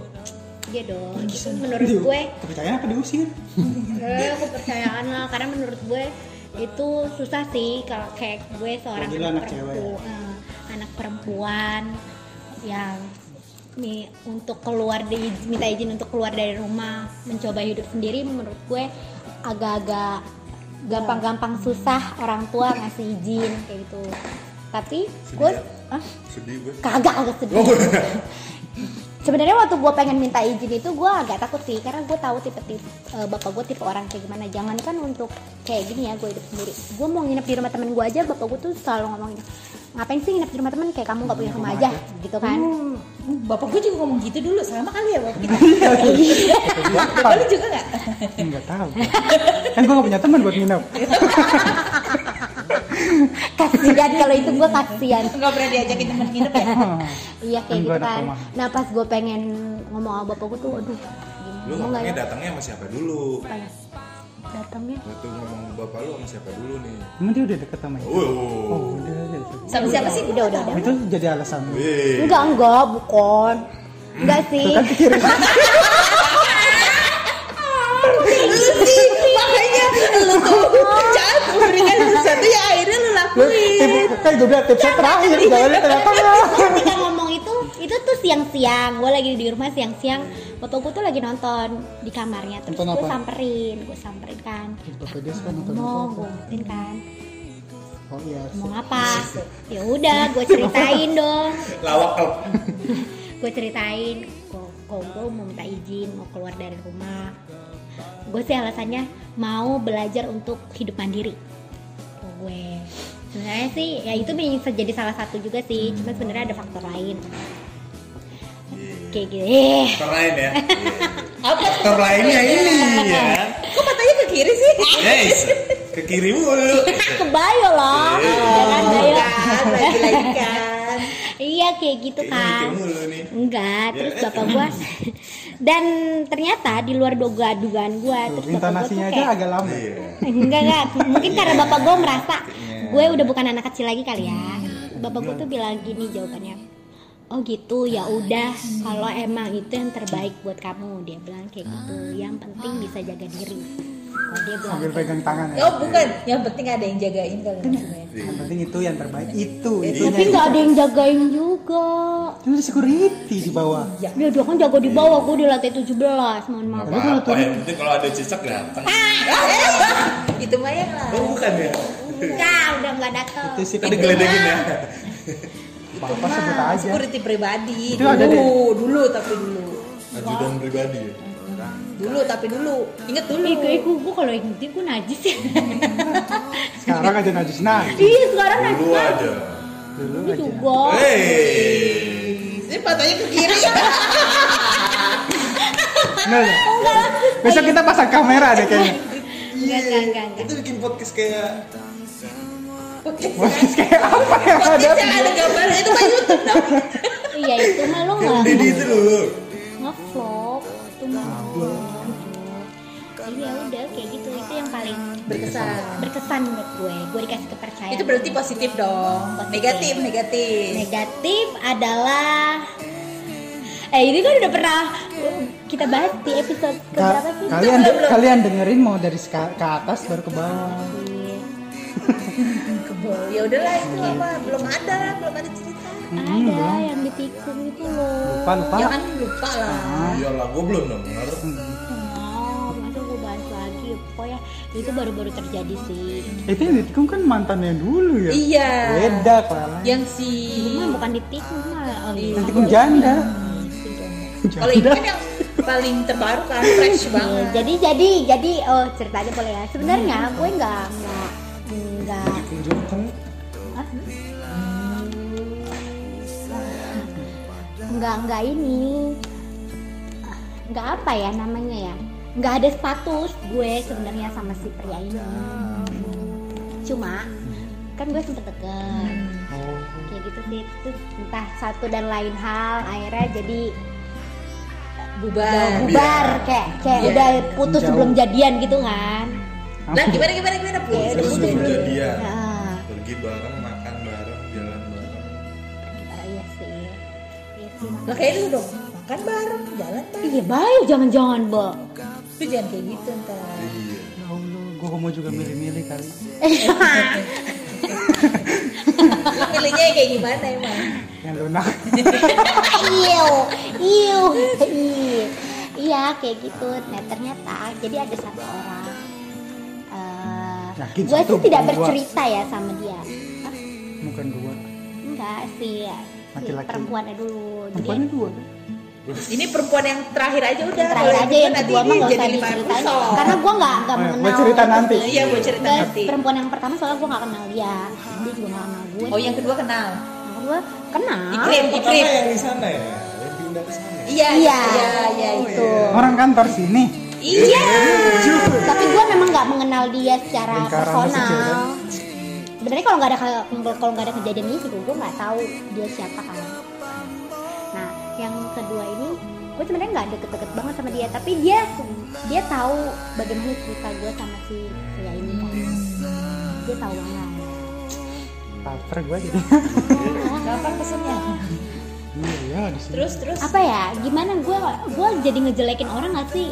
Dia dong. Itu menurut gue kepercayaan apa diusir Eh, kepercayaan lah karena menurut gue itu susah sih kalau kayak gue seorang Lagi lu anak perempu- eh, anak perempuan yang nih untuk keluar di minta izin untuk keluar dari rumah mencoba hidup sendiri menurut gue agak-agak gampang-gampang susah orang tua ngasih izin kayak gitu tapi gue Sedih Hah? sedih gue kagak agak sedih Oh, sebenarnya waktu gue pengen minta izin itu gue agak takut sih karena gue tahu tipe tipe eh, bapak gue tipe orang kayak gimana jangankan untuk kayak gini ya gue hidup sendiri gue mau nginep di rumah temen gue aja bapak gue tuh selalu ngomong gini, ngapain sih nginep di rumah temen kayak kamu nggak punya rumah aja gitu kan uh, bapak gue juga ngomong gitu dulu sama kali ya bapak kita Iya, bapak lu Bapak juga nggak nggak tahu kan gue gak punya teman buat nginep kasihan kan, kalau itu gue kasihan nggak pernah diajakin temen nginep ya Hmm. iya Kan kayak gua gitu anak kan rumah. nah pas gue pengen ngomong sama bapak gue tuh aduh lu gimana nggak ngomongnya ya datangnya sama siapa dulu Kayak datangnya lu tuh ngomong ke bapak lu sama siapa dulu nih emang dia udah deket sama itu oh, oh udah udah. sama siapa sih udah udah udah itu jadi alasan lu. Wih. enggak enggak bukan enggak sih kan ke kiri lu sih makanya lu tuh jangan memberikan sesuatu ya akhirnya lu Lu lakuin tipe- kan gue bilang tipsnya terakhir jangan ternyata kita Oh, ngomong itu itu tuh siang-siang gue lagi di rumah siang-siang bapak gue tuh lagi nonton di kamarnya terus Nonton gue apa? samperin gue samperin kan Bapak dia suka nonton ngomong apa? gue ngomongin kan Oh iya. ngomong apa ya udah gue ceritain dong lawak kalau gue ceritain kok kok gue mau minta izin mau keluar dari rumah gue sih alasannya mau belajar untuk hidup mandiri kok gue sebenarnya sih ya itu bisa jadi salah satu juga sih cuma sebenarnya ada faktor lain Iya. kayak gitu eh lain ya apa faktor lainnya ini ya kok matanya ke kiri sih guys ke kiri mulu kebayo loh ya kan Oh. bayo kan lagi-lagi kan iya kayak gitu Kayaknya mikir kan mulu nih enggak Ya, terus eh, bapak gua dan ternyata di luar duga dugaan gua Tuh, terus bapak gua tuh intonasinya aja kayak agak lama. iya enggak enggak mungkin karena bapak gua merasa gue udah bukan anak kecil lagi kali ya bapak gua tuh bilang gini jawabannya oh gitu ya udah kalau emang itu yang terbaik buat kamu dia bilang kayak gitu yang penting bisa jaga diri kalau dia bilang Sambil pegang tangan ya. oh bukan yang penting ada yang jagain kali maksudnya Yang penting itu yang terbaik. Itu, itu. tapi nggak ada yang jagain juga Itu ada security di bawah. Ya dia kan jago di bawah, gue di lantai 17, mohon maaf. Ah, apa apa yang penting kalau ada cicak datang Ah, eh. itu mah yang lah oh bukan ya Enggak, udah enggak datang. Itu sih tadi geledengin ya Bapak sebut aja. security pribadi Itu ada dulu dulu tapi dulu ajudan pribadi ya dulu tapi dulu inget dulu Iku, iku, gue kalau ingetin gue najis ya. Sekarang aja najis nah. Iya, sekarang najis. Gitu, dulu aja Dulu Gue aja. juga. Oh. Eh. hey ini matanya ke kiri Nggak, ya? Besok kita pasang kamera deh kayaknya. Iya. Enggak, enggak, enggak, enggak. itu bikin podcast kayak Podcast kayak apa ya, yang ada? podcast yang ada gambar itu mah YouTube dong Iya, itu mah lo yang enggak Didi itu dulu ngevlog. Itu mah Jadi ya udah kayak gitu, itu yang paling berkesan berkesan menurut gue. Gue dikasih kepercayaan. itu berarti positif dong negatif negatif negatif adalah Eh ini kan udah pernah kita bahas di episode Ka- keberapa sih? kalian kalian dengerin mau dari seka- ke atas baru ke bawah. Kebo. Ya udahlah itu apa? Belum ada, belum ada cerita. ada yang ditikung itu loh Lupa, lupa. Jangan lupa lah. Ah. Iyalah, gue Iya belum denger. Eh, oh masa gue bahas lagi pokoknya itu baru-baru terjadi sih Itu yang ditikung kan mantannya dulu ya. Iya. Beda Clara. Yang si Cuma bukan ditikung malah oh, Yang ditikung janda. kalau itu kan yang paling terbaru kan Iya, fresh banget. jadi jadi jadi oh ceritanya boleh ya sebenarnya gue nggak nggak nggak Hah? nggak nggak ini Ah, nggak apa ya namanya ya nggak ada status gue sebenarnya sama si pria ini cuma kan gue sempet deket kayak gitu sih terus entah satu dan lain hal akhirnya jadi Bubar. bubar kayak kayak Iya. udah putus Jauh. sebelum jadian gitu kan Lah gimana Nah, gimana gimana Iya, Terus putus. udah. sebelum jadian, Nah, pergi bareng, makan bareng, jalan bareng. gimana iya sih Iya sih. Lah kayak lu dong makan bareng, jalan bareng. Iya baik jangan-jangan Bo Tapi jangan kayak gitu ntar. Iya. Ya Allah, gue homo Iya. juga milih-milih kali. Lu Milihnya kayak gimana emang? Yang lunak. Iyo Iyo Iya. Iya kayak gitu Nah ternyata jadi ada satu orang Yakin Gue satu, sih bukan tidak dua. bercerita ya sama dia Hah? Bukan Iya. dua. Enggak sih si Laki-laki. perempuannya dulu Jadi Bukannya dua. kan? Ini perempuan yang terakhir aja udah. yang terakhir Kalau aja yang nanti kedua mah dia gak jadi usah lima diceritain Nah, episode. Karena gue gak, nggak Oh, ya, mengenal Gua cerita nanti. Iya, gue cerita Guys, nanti. perempuan yang pertama soalnya gue gak kenal dia Dia juga gak kenal gue Oh, yang kedua kenal. Yang kedua kenal Ikrim, Pertama ikrim. yang di sana ya, yang pindah ke sana. Iya, Iya, iya, iya. itu. Orang kantor sini. Iya. Tapi gue memang nggak mengenal dia secara Lingkaran kecil, personal. kan? Sebenarnya kalau nggak ada kalau nggak ada kejadian ini juga gue nggak tahu dia siapa kan. Nah, yang kedua ini gue sebenarnya nggak deket-deket banget sama dia, tapi dia dia tahu bagaimana cerita gue sama si pria ini kan. Dia tahu banget. Paper gue jadi. Kapan pesennya? Iya, iya di sini. Terus terus Apa ya? Gimana gue gue jadi ngejelekin orang nggak sih?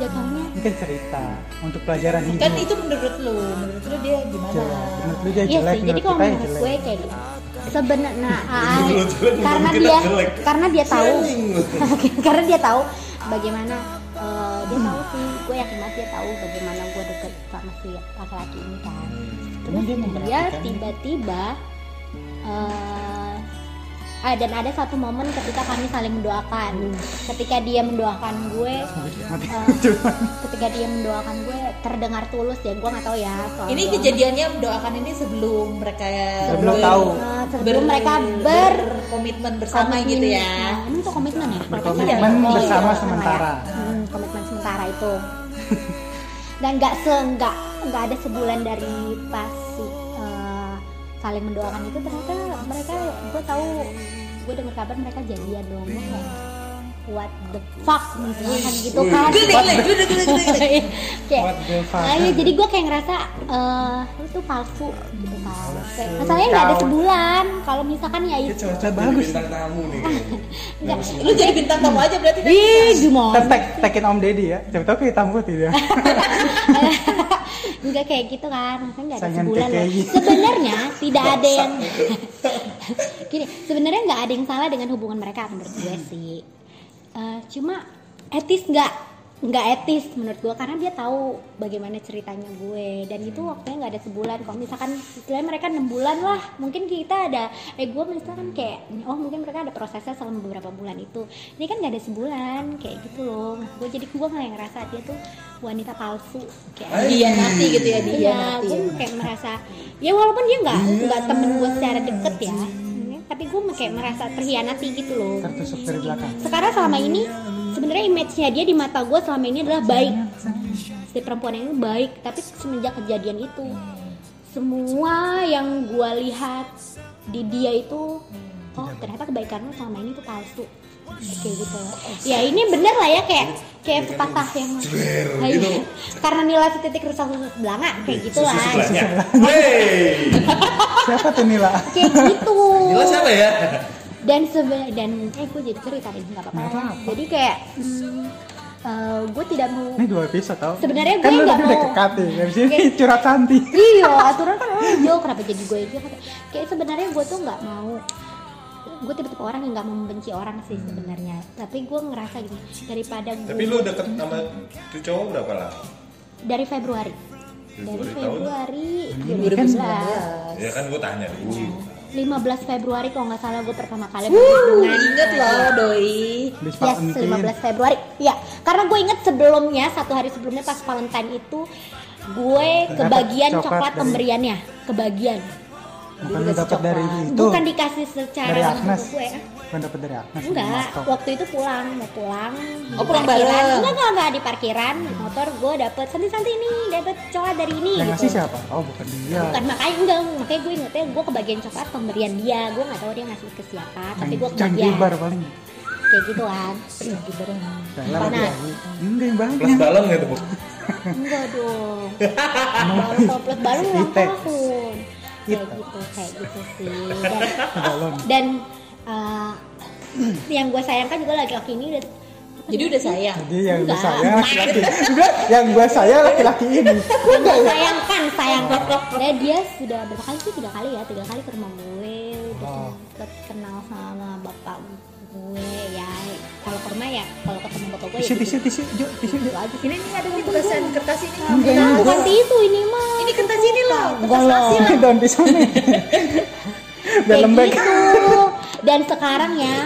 Jatuhnya Ini kan cerita untuk pelajaran hidup. kan itu menurut lu, menurut lu dia gimana? Jelek. Menurut lu dia Iya jelek, sih, menurut jadi kalau kita ya menurut gue jelek. kayak gitu. Sebenarnya ah, Menurut jelek, karena menurut kita dia jelek. karena dia tahu Anjing lu. karena dia tahu bagaimana eh, dia tahu sih gue yakin banget dia tahu bagaimana gue deket sama si laki-laki ini kan. Karena Hmm. dia Terus dia memperhatikan. tiba-tiba eh, ah, dan ada satu momen ketika kami saling mendoakan. Ketika dia mendoakan gue, Hmm. Mati. eh, Cuman. ketika dia mendoakan gue terdengar tulus ya gue nggak tahu ya. soal Ini doa. kejadiannya mendoakan ini sebelum mereka Sebelum tahu. Nah, sebelum mereka ber komitmen bersama gitu ya. Nah, ini tuh komitmen ya Kalau kan Berkomitmen tidak- bersama iya, ya. sementara. Hmm, komitmen sementara itu dan nggak se nggak nggak ada sebulan dari pas si, eh, saling mendoakan itu ternyata mereka gue tahu gue dengar kabar mereka jadian dong Gue kayak, what the fuck misalkan gitu kan Gede gede gede gede gede. kayak What the fuck? ah, iya, jadi gue kayak ngerasa eh lu tuh palsu gitu kan Kayak, masalahnya nggak ada Kau. sebulan kalau misalkan ya Dia itu cocok Nah, jadi bagus. bintang tamu Ah, nih. Iya, Nggak. Lu jadi bintang tamu aja berarti kan? Ih, gimana? Ntar tag tagin Om Deddy ya. Siapa tahu kita putih dia. Enggak kayak gitu kan, maksudnya enggak ada Jangan sebulan kayak loh. gitu. Sebenarnya tidak ada yang Gini, sebenarnya nggak ada yang salah dengan hubungan mereka menurut gue sih. Eh, cuma etis nggak nggak etis menurut gue karena dia tahu bagaimana ceritanya gue dan itu waktunya nggak ada sebulan kalau misalkan istilahnya mereka enam bulan lah mungkin kita ada eh gue misalkan kayak oh mungkin mereka ada prosesnya selama beberapa bulan itu ini kan nggak ada sebulan kayak gitu loh gue jadi gue kayak ngerasa dia tuh wanita palsu kayak Dia nanti gitu ya dia Iya, nanti. gue kayak merasa ya walaupun dia nggak nggak temen gue secara deket ya, Iya. tapi gue kayak merasa terhianati gitu loh. Tertusuk dari belakang. Sekarang selama ini sebenarnya image-nya dia di mata gue selama ini adalah baik. Si perempuan ini baik, tapi semenjak kejadian itu semua yang gue lihat di dia itu oh ternyata kebaikan lu selama ini tuh palsu kayak gitu loh. ya ini bener lah ya kayak kayak patah yang Jwer, Nah, iya. gitu. karena nilai titik rusak khusus belanga kayak Iya, gitu gitulah Susu sebelahnya. Wey. Siapa tuh Nila? kayak gitu Gila siapa ya? dan sebe dan eh gue jadi cerita deh nggak apa-apa Nggak apa-apa. jadi kayak hmm, eh, gue tidak mau Ini dua episode tau Sebenarnya kan gue lu nggak tadi udah mau. kekat nih Habis ini Oke. curhat santi iya aturan kan orang jauh kenapa jadi gue aja kata kayak sebenarnya gue tuh nggak mau gue tipe-tipe orang yang nggak mau membenci orang sih sebenarnya tapi gue ngerasa gini daripada gue Tapi lu deket sama tuh cowok berapa lah? dari Februari dari Februari tahun? Februari kan 2019 Ya kan gue tanya dulu. 15 Februari kalau nggak salah gue pertama kali berhubungan nah, Ingat ya. loh doi. Habis Yes, Pak 15 Februari. Iya, karena gue inget sebelumnya satu hari sebelumnya pas Valentine itu gue kebagian coklat coklat dari- pemberiannya, kebagian. Bukan lu dapat dari itu Bukan dikasih secara Dari langsung Agnes ke gue. ah. Bukan dapat dari Agnes Enggak, Mas Tok. waktu itu pulang, mau pulang. di Oh, pulang parkiran. bareng. Enggak, enggak, enggak di parkiran motor gue dapet santai-santai nih, dapet coklat dari ini Yang gitu. ngasih siapa? Oh bukan dia Bukan makanya enggak, makanya gue ingetnya gue kebagian coklat pemberian dia, gue nggak tahu dia ngasih ke siapa, tapi gue Canggih kebagian bar paling kayak gitu kan. Nah, Gitu dong. Dalam Mana? lagi. Enggak yang Plus banyak balon gitu bu. Enggak dong. baru komplit baru ulang Ite. tahun. Kayak gitu, kayak gitu sih. Dan, Balon dan eh, yang gue sayangkan juga laki-laki ini udah Jadi udah sayang. Jadi yang gue Enggak. sayang laki-laki Enggak, yang gue sayang laki-laki ini Enggak, sayangkan, sayangkan. Nah, dia sudah berapa kali sih? Tiga kali ya, tiga kali ke rumah gue. Udah Oh. sempet kenal sama bapak gue ya. Kalau ke rumah ya, kalau ketemu bapak gue Tisu, ya. Gitu tisu, tisu Jo, tisu, Jo aja Ini nih ada nih belasan kertas ini. Enggak, Nah, enggak bukan itu ini mah. Ini kertas ini loh. Enggak lah, daun pisau nih Biar Kayak lembek gitu. Dan sekarang ya,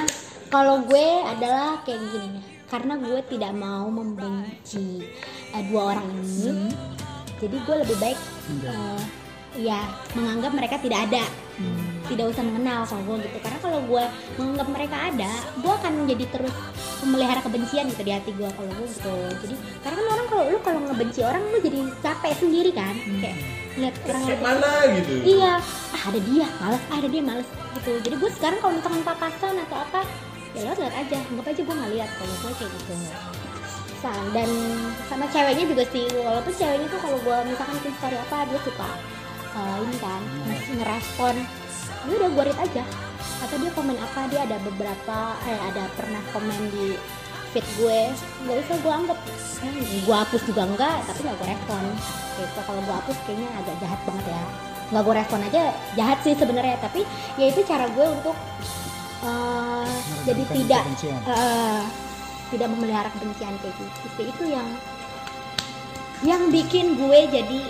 kalau gue adalah kayak gini nih. Karena gue tidak mau membenci eh, dua orang ini. Jadi gue lebih baik eh, ya menganggap mereka tidak ada. Tidak usah mengenal sama gue gitu. Karena kalau gue menganggap mereka ada, gue akan menjadi terus memelihara kebencian gitu di hati gue kalau gue gitu. Jadi karena kan orang kalau lu kalau ngebenci orang lu jadi capek sendiri kan. Kayak lihat orang Kayak mana gitu? Iya, ah, ada dia, males, ah, ada dia, males gitu. Jadi gue sekarang kalau misalkan papasan atau apa, ya lewat lewat aja, anggap aja gue nggak lihat kalau gue kayak gitu. Sa- dan sama ceweknya juga sih, walaupun ceweknya tuh kalau gue misalkan bikin story apa dia suka eh, ini kan ngasih ngerespon, ya udah gue read aja. Atau dia komen apa dia ada beberapa, eh ada pernah komen di feed gue, nggak usah gue anggap, eh, gue hapus juga enggak, tapi nggak gue respon. Gitu. Kalau gue hapus kayaknya agak jahat banget ya nggak gue respon aja jahat sih sebenarnya tapi ya itu cara gue untuk eh, jadi Bukan tidak kebencian. eh, tidak memelihara kebencian kayak gitu sih. itu yang yang bikin gue jadi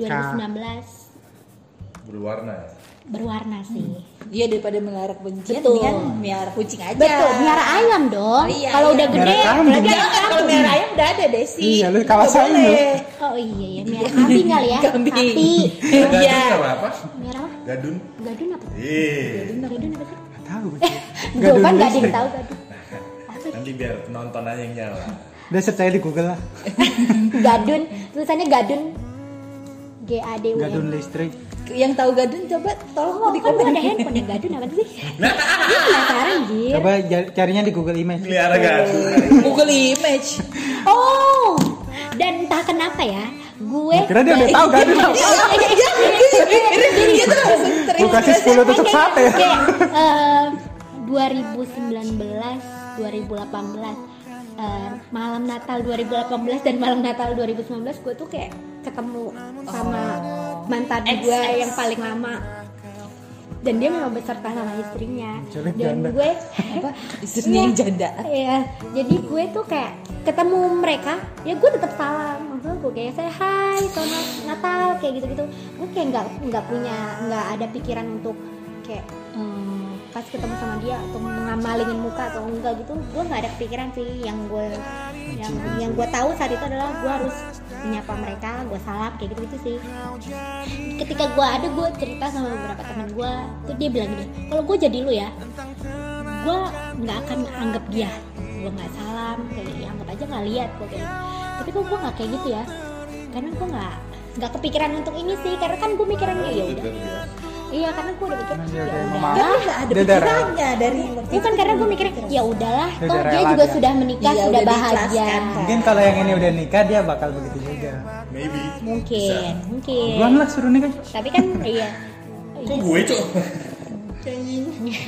2019 Berwarna ya. berwarna sih Iya daripada melihara kebencian Betul. mendingan melihara kucing aja. betul miara ayam dong Oh, iya, kalau iya. udah gede Miara kambing. apalagi Enggak, kan kalau melihara ayam udah ada Desi. Iya, lu kalah Nggak saing lu. boleh. oh iya ya miara kambing kali ya Kambing. tapi Iya. Gadun sama apa? miara apa Gadun. Iya. gadun apa Ih. gadun apa sih Nggak tahu Gue kan dulu gak ada sih. yang tahu gadun apa Nanti biar penonton aja yang nyala. Udah search aja di Google lah Gadun, tulisannya Gadun. G A D U Gadun N. listrik Yang tahu gadun coba tolong Oh, di kan komen. ada handphone yang Gadun apa sih? Gue penasaran Jir. Coba ja- carinya di Google Image Melihara Oh. gadun. Google Image. Oh, dan entah kenapa ya, gue Kira dia udah tahu Gadun apa Dia tuh langsung Gue kasih 10 tusuk sate Kayak, kayak, eh, 2019, 2018 eh, malam Natal 2018 dan malam Natal 2019 gue tuh kayak ketemu sama mantan gue yang paling lama dan dia memang beserta sama istrinya Jelek dan janda. gue apa istrinya yang janda. Iya, jadi gue tuh kayak ketemu mereka, ya gue tetap salam. Maksudnya gue kayak saya hai, selamat Natal kayak gitu-gitu. Gue kayak nggak nggak punya nggak ada pikiran untuk kayak hmm, pas ketemu sama dia atau ngamalingin muka atau enggak gitu. Gue nggak ada pikiran sih yang gue yang yang gue tahu saat itu adalah gue harus menyapa mereka, gue salam kayak gitu-gitu sih ketika gue ada gue cerita sama beberapa teman gue tuh dia bilang gini kalau gue jadi lu ya gue nggak akan anggap dia gue nggak salam kayak gitu. anggap aja nggak lihat gue kayak gitu. tapi kok gue nggak kayak gitu ya karena gue nggak nggak kepikiran untuk ini sih karena kan gue mikirannya ya udah iya karena gue udah mikir Karena dia ya udah udah memaafkan. Kan enggak ada Dia udah rela. pikirannya dari waktu bukan karena gue mikirnya ya udahlah Dia toh udah dia rela juga dia. sudah menikah Iya, sudah udah bahagia diikhlaskan, kan. Mungkin kalau yang ini udah nikah dia bakal begitu juga Maybe. mungkin mungkin Buruan lah suruh nikah tapi kan iya Kok gue cok? Janjinya.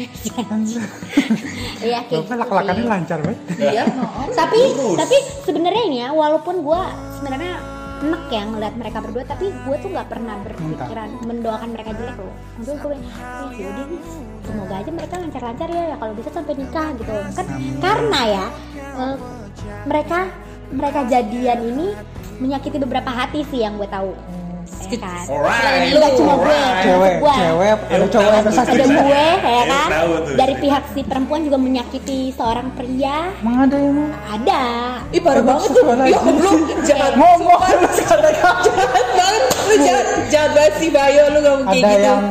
Iya, kayak Bapak gitu lak-lakannya sih. lancar banget. Iya, mau. tapi Bagus. tapi sebenarnya ini ya walaupun gue sebenarnya enek ya ngeliat mereka berdua tapi gue tuh nggak pernah berpikiran mendoakan mereka jelek loh untuk gue eh yaudah nih semoga aja mereka lancar-lancar ya, ya kalau bisa sampai nikah gitu kan karena ya eh, mereka mereka jadian ini menyakiti beberapa hati sih yang gue tahu ya kan Alright. Nggak cuma gue, Alright. cuma Cewek, Gua. cewek, ada cowok Nah, yang tersakiti. ada gue ya Iya, kan tahu tuh. dari pihak si perempuan juga menyakiti seorang pria Emang ada yang mau? ada Ih parah banget tuh. Suara Ya aja. goblok jahat. Ngomong lu sekarang. Jahat banget. Lu jahat jahat banget sih Bayo lu ngomong kayak Ada gitu. Iya. yang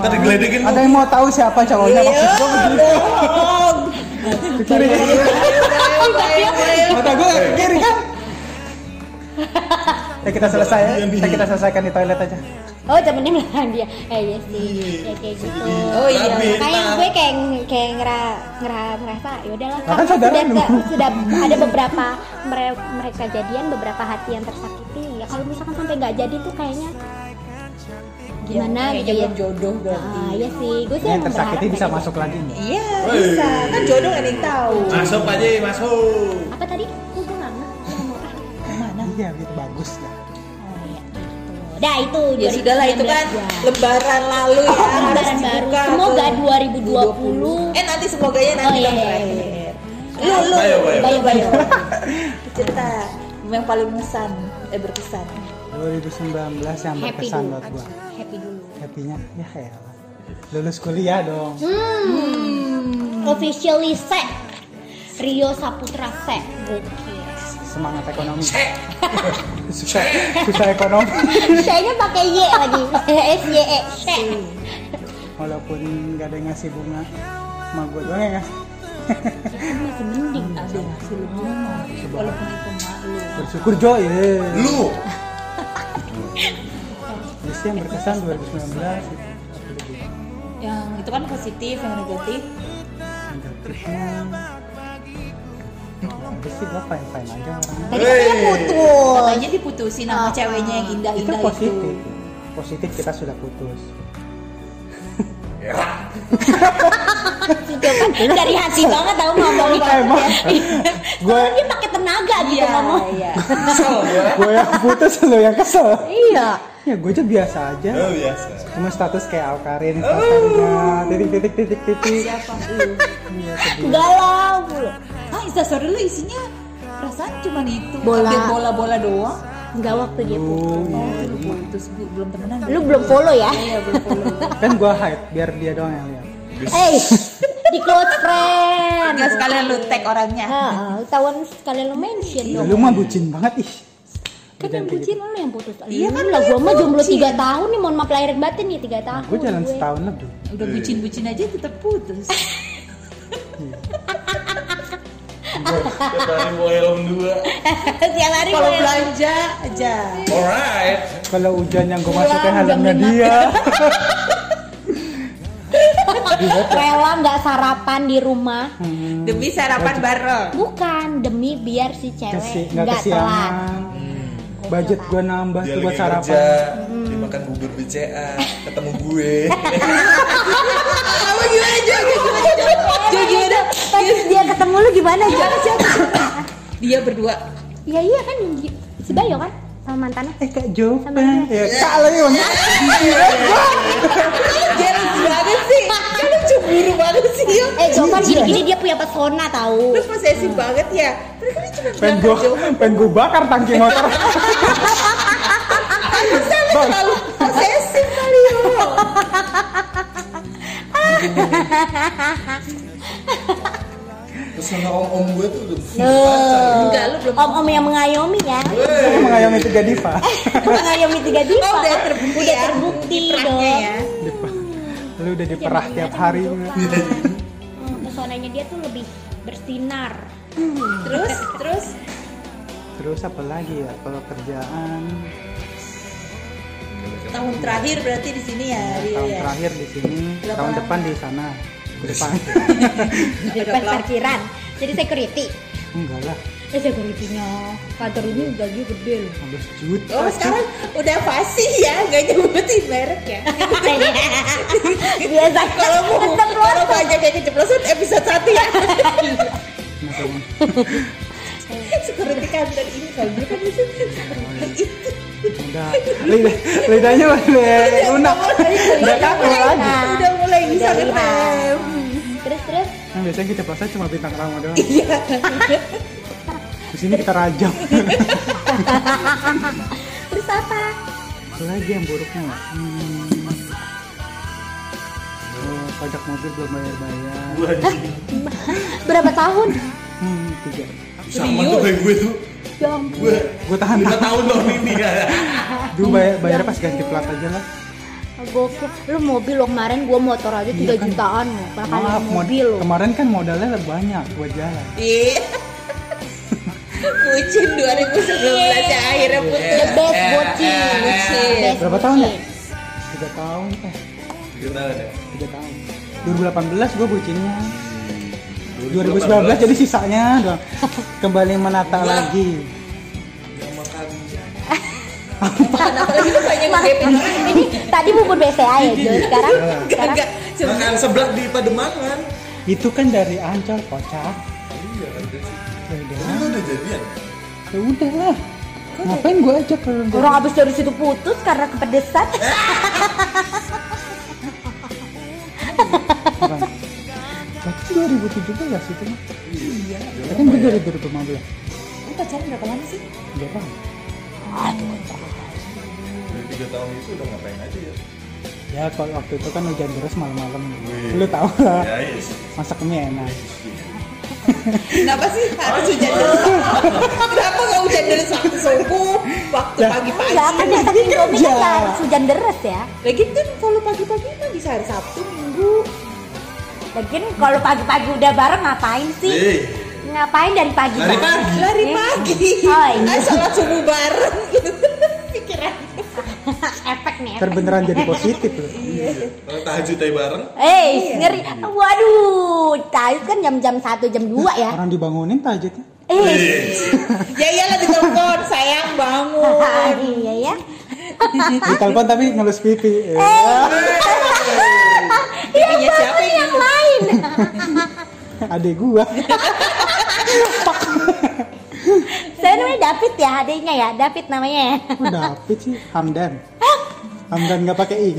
Ntar digeledekin ada yang mau tahu siapa cowoknya maksud gua begitu. Iya, bohong. Ke kiri Bayo, iya. Bayo, Bayo. mata gua ke kiri kan ya kita selesai ya. Iya, nih. ya kita selesaikan di toilet aja oh temennya bilang dia eh iya sih ya kayak gitu Oh iya. makanya gue kayak kayak ngera ngera ngerasa ya udahlah Lah kan saudara sudah lu. ke- sudah ada beberapa mere- mereka jadian beberapa hati yang tersakiti ya kalau misalkan sampai nggak jadi tuh kayaknya gimana Iya, Kayaknya gitu ya belum jodoh berarti. Ah, iya sih gue sih yang emang berharap tersakiti bisa kayak gitu. masuk lagi nih Iya bisa. Kan jodoh gak ada yang tahu. Masuk aja, masuk. gitu. apa tadi gue gue nggak ngerti lu ngomong apa. Mana? iya gitu bagus ya oh iya gitu dah itu Ya 2019 sudah lah itu kan gua. lebaran lalu ya. harus Iya, Lebaran baru dibuka semoga tuh. 2020 Eh nanti semoganya Oh, nanti iya, dong iya, terakhir. Lu lu Bayo, bayo. Bayo, bayo. cerita yang paling berkesan eh berkesan. 2019 yang happy berkesan dulu buat gua happy dulu happynya ya elah lulus kuliah dong Hmm. officially set Rio Saputra set gokil semangat ekonomi susah susah ekonomi Saya pakai Y lagi S Y E set walaupun gak ada yang ngasih bunga sama gua doang yang ngasih masih mending Ada yang ngasih lu bunga, walaupun itu malu. bersyukur Iya. joy ye. Lu Jadi yang berkesan 2019 itu. Yang itu kan positif, yang negatif. negatifnya Habis sih gue fine fine aja orangnya tadi katanya Hey. putus Katanya diputusin sama ceweknya yang itu indah-indah itu. positif positif kita sudah putus gitu kan dari hati banget tau ngomong emang gue gue dia pakai tenaga gitu Iya, ngomong iya. gue yang putus lo yang kesel iya ya gue aja biasa aja Oh biasa. cuma status kayak Alkarin statusnya titik titik titik titik Siapa lu? Iya, sedih. galau mulu Ah, instastory lu isinya perasaan cuma itu. Bola. Update bola-bola doang. enggak waktu dia putus Tuh, Oh, lu putus Bu. belum temenan. lu belum follow ya Iya, belum follow. kan gue hide biar dia doang yang lihat eh di close friend Enggak sekalian lu tag orangnya. Ah, tahuan sekalian lo mention Ya, dong. lu mah bucin banget ih Kan yang bucin lo yang putus. Iya, kan Lu lah gua mah jomblo 3 tahun nih, mohon maaf lahir batin nih 3 tahun. gue jalan setahun lebih Udah bucin-bucin aja tetap putus. Tiap hari bohong dua. Tiap hari Kalau gua- belanja aja. Alright. kalau hujan yang gue Pulang masukin jam helmnya lima. dia rela nggak sarapan di rumah. Demi sarapan bareng. Bukan demi biar si Kesi- cewek nggak nggak telat. kesiangan budget gue nambah Dia tuh buat lagi kerja, sarapan dia makan bubur BCA, ketemu gue. Kamu gimana Jo? Jo gimana Jo? Jo gimana? Iya. Terus dia ketemu lu gimana, Jo? Dia berdua. Iya iya kan si Bayo kan sama mantannya. eh kak Jopan ya kak lagi bang Dia lucu banget sih. Dia lucu buru banget sih. Ya. Eh, Jovan gini-gini dia punya pesona tahu. Terus posesif banget ya. Mereka ini cuma pengen bilang gue Jo. pengen gue bakar tangki motor Bang, Terlalu posesif kali ya, yo. Terus sama om om gue tuh udah Nuh. Iya, Enggak, lu belum. Om-om yang mengayomi ya. gue mengayomi tiga diva Eh, mengayomi tiga diva. Oh, udah terbukti Udah ya. terbukti dong. Kiprahnya ya. Diva. lu udah diperah tiap hari kan Hmm, pesonanya dia tuh lebih bersinar Terus terus terus apa lagi ya kalau kerjaan tahun terakhir berarti di sini ya. Rio tahun ya. terakhir di sini Berapa tahun lama? depan di sana ke depan di depan parkiran jadi security enggak lah eh security-nya kantor ini gaji gede loh 15 juta Oh sekarang udah fasih ya, gak nyebutin merek ya. biasa Kalau mau kalau mau ajak kayak keceplosan episode 1 ya. Kenapa, Bang? Security kantor ini kalau dulu kan itu Oh, iya. seperti itu. udah lidah lidahnya udah lunak udah kaku lagi Udah mulai bisa Udah ngerem. terus terus Nah, biasanya kita pasang cuma bintang tamu doang. Iya. Di sini kita rajam. terus apa Apa lagi yang buruknya ya? Hmm. Oh, pajak mobil belum bayar-bayar. Gua anjing. berapa tahun Hmm, tiga. Sama tuh kayak gue tuh. ya ampun Gue Gue tahan lima tahan. tahun tahun ini ya. Dulu bayar bayar pas ganti plat aja lah. gokil lu mobil lo kemarin gua motor aja 3 kan. jutaan lo Maaf, padahal mod- mobil lo kemarin kan modalnya lebih banyak buat jalan. Iya. Bucin 2019 ya akhirnya putus. Eh, the best bocil Best Berapa tahun ya? bocil. Tiga tahun, eh Kita ada. tiga tahun. 2018 gue bucinnya. 2019 jadi sisanya doang. Kembali menata Enggak. lagi. yang makan Kenapa lagi lu banyak ngedepin orang ini? tadi bubur BCA ya Joy sekarang Enggak, enggak. Cuma makan seblak di Pademangan. Itu kan dari Ancol, kocak. Iya kan sih. Ya udah. Lu udah jadian. Ya udah lah. Ngapain gue ajak ke orang abis dari situ putus karena kepedesan Bukan. Berarti 2017 itu mah. Iya. Kan gue dari 2015. Lu pacaran berapa lama sih? Gak paham. Dari tiga tahun itu udah ngapain aja ya? Ya kalau waktu itu kan hujan deras malam-malam. Wih. Lu tau lah. Ya iya sih. Masak mie enak. Kenapa sih harus hujan deras? Kenapa nggak hujan deras waktu subuh, waktu Ya. pagi-pagi? Enggak, kan datang Indomie kan Ya. nggak harus hujan deras ya Lagi kan kalau pagi-pagi mah bisa hari Sabtu, Minggu. Lagian kalau pagi-pagi udah bareng ngapain Iya. sih? Hei, Ngapain dari pagi? Lari Bang? pagi. Lari Ya. Eh. pagi. Oh, iya. Ah, sholat subuh bareng. Pikiran. Efek nih efek. Terbeneran jadi positif loh. kalau tahajud aja bareng. Eh, ngeri. Waduh, tahu kan jam-jam 1, jam 2 ya. Orang dibangunin tahajudnya. Eh, Hei, Ya iyalah ditelepon, sayang bangun. iya ya. Ditelepon tapi ngelus pipi. Eh, Pipinya siapa yang Iya, Yang lain. Adek gua. Saya namanya David ya, adiknya ya. David namanya ya. Kok David sih? Hamdan. Hamdan nggak pakai i.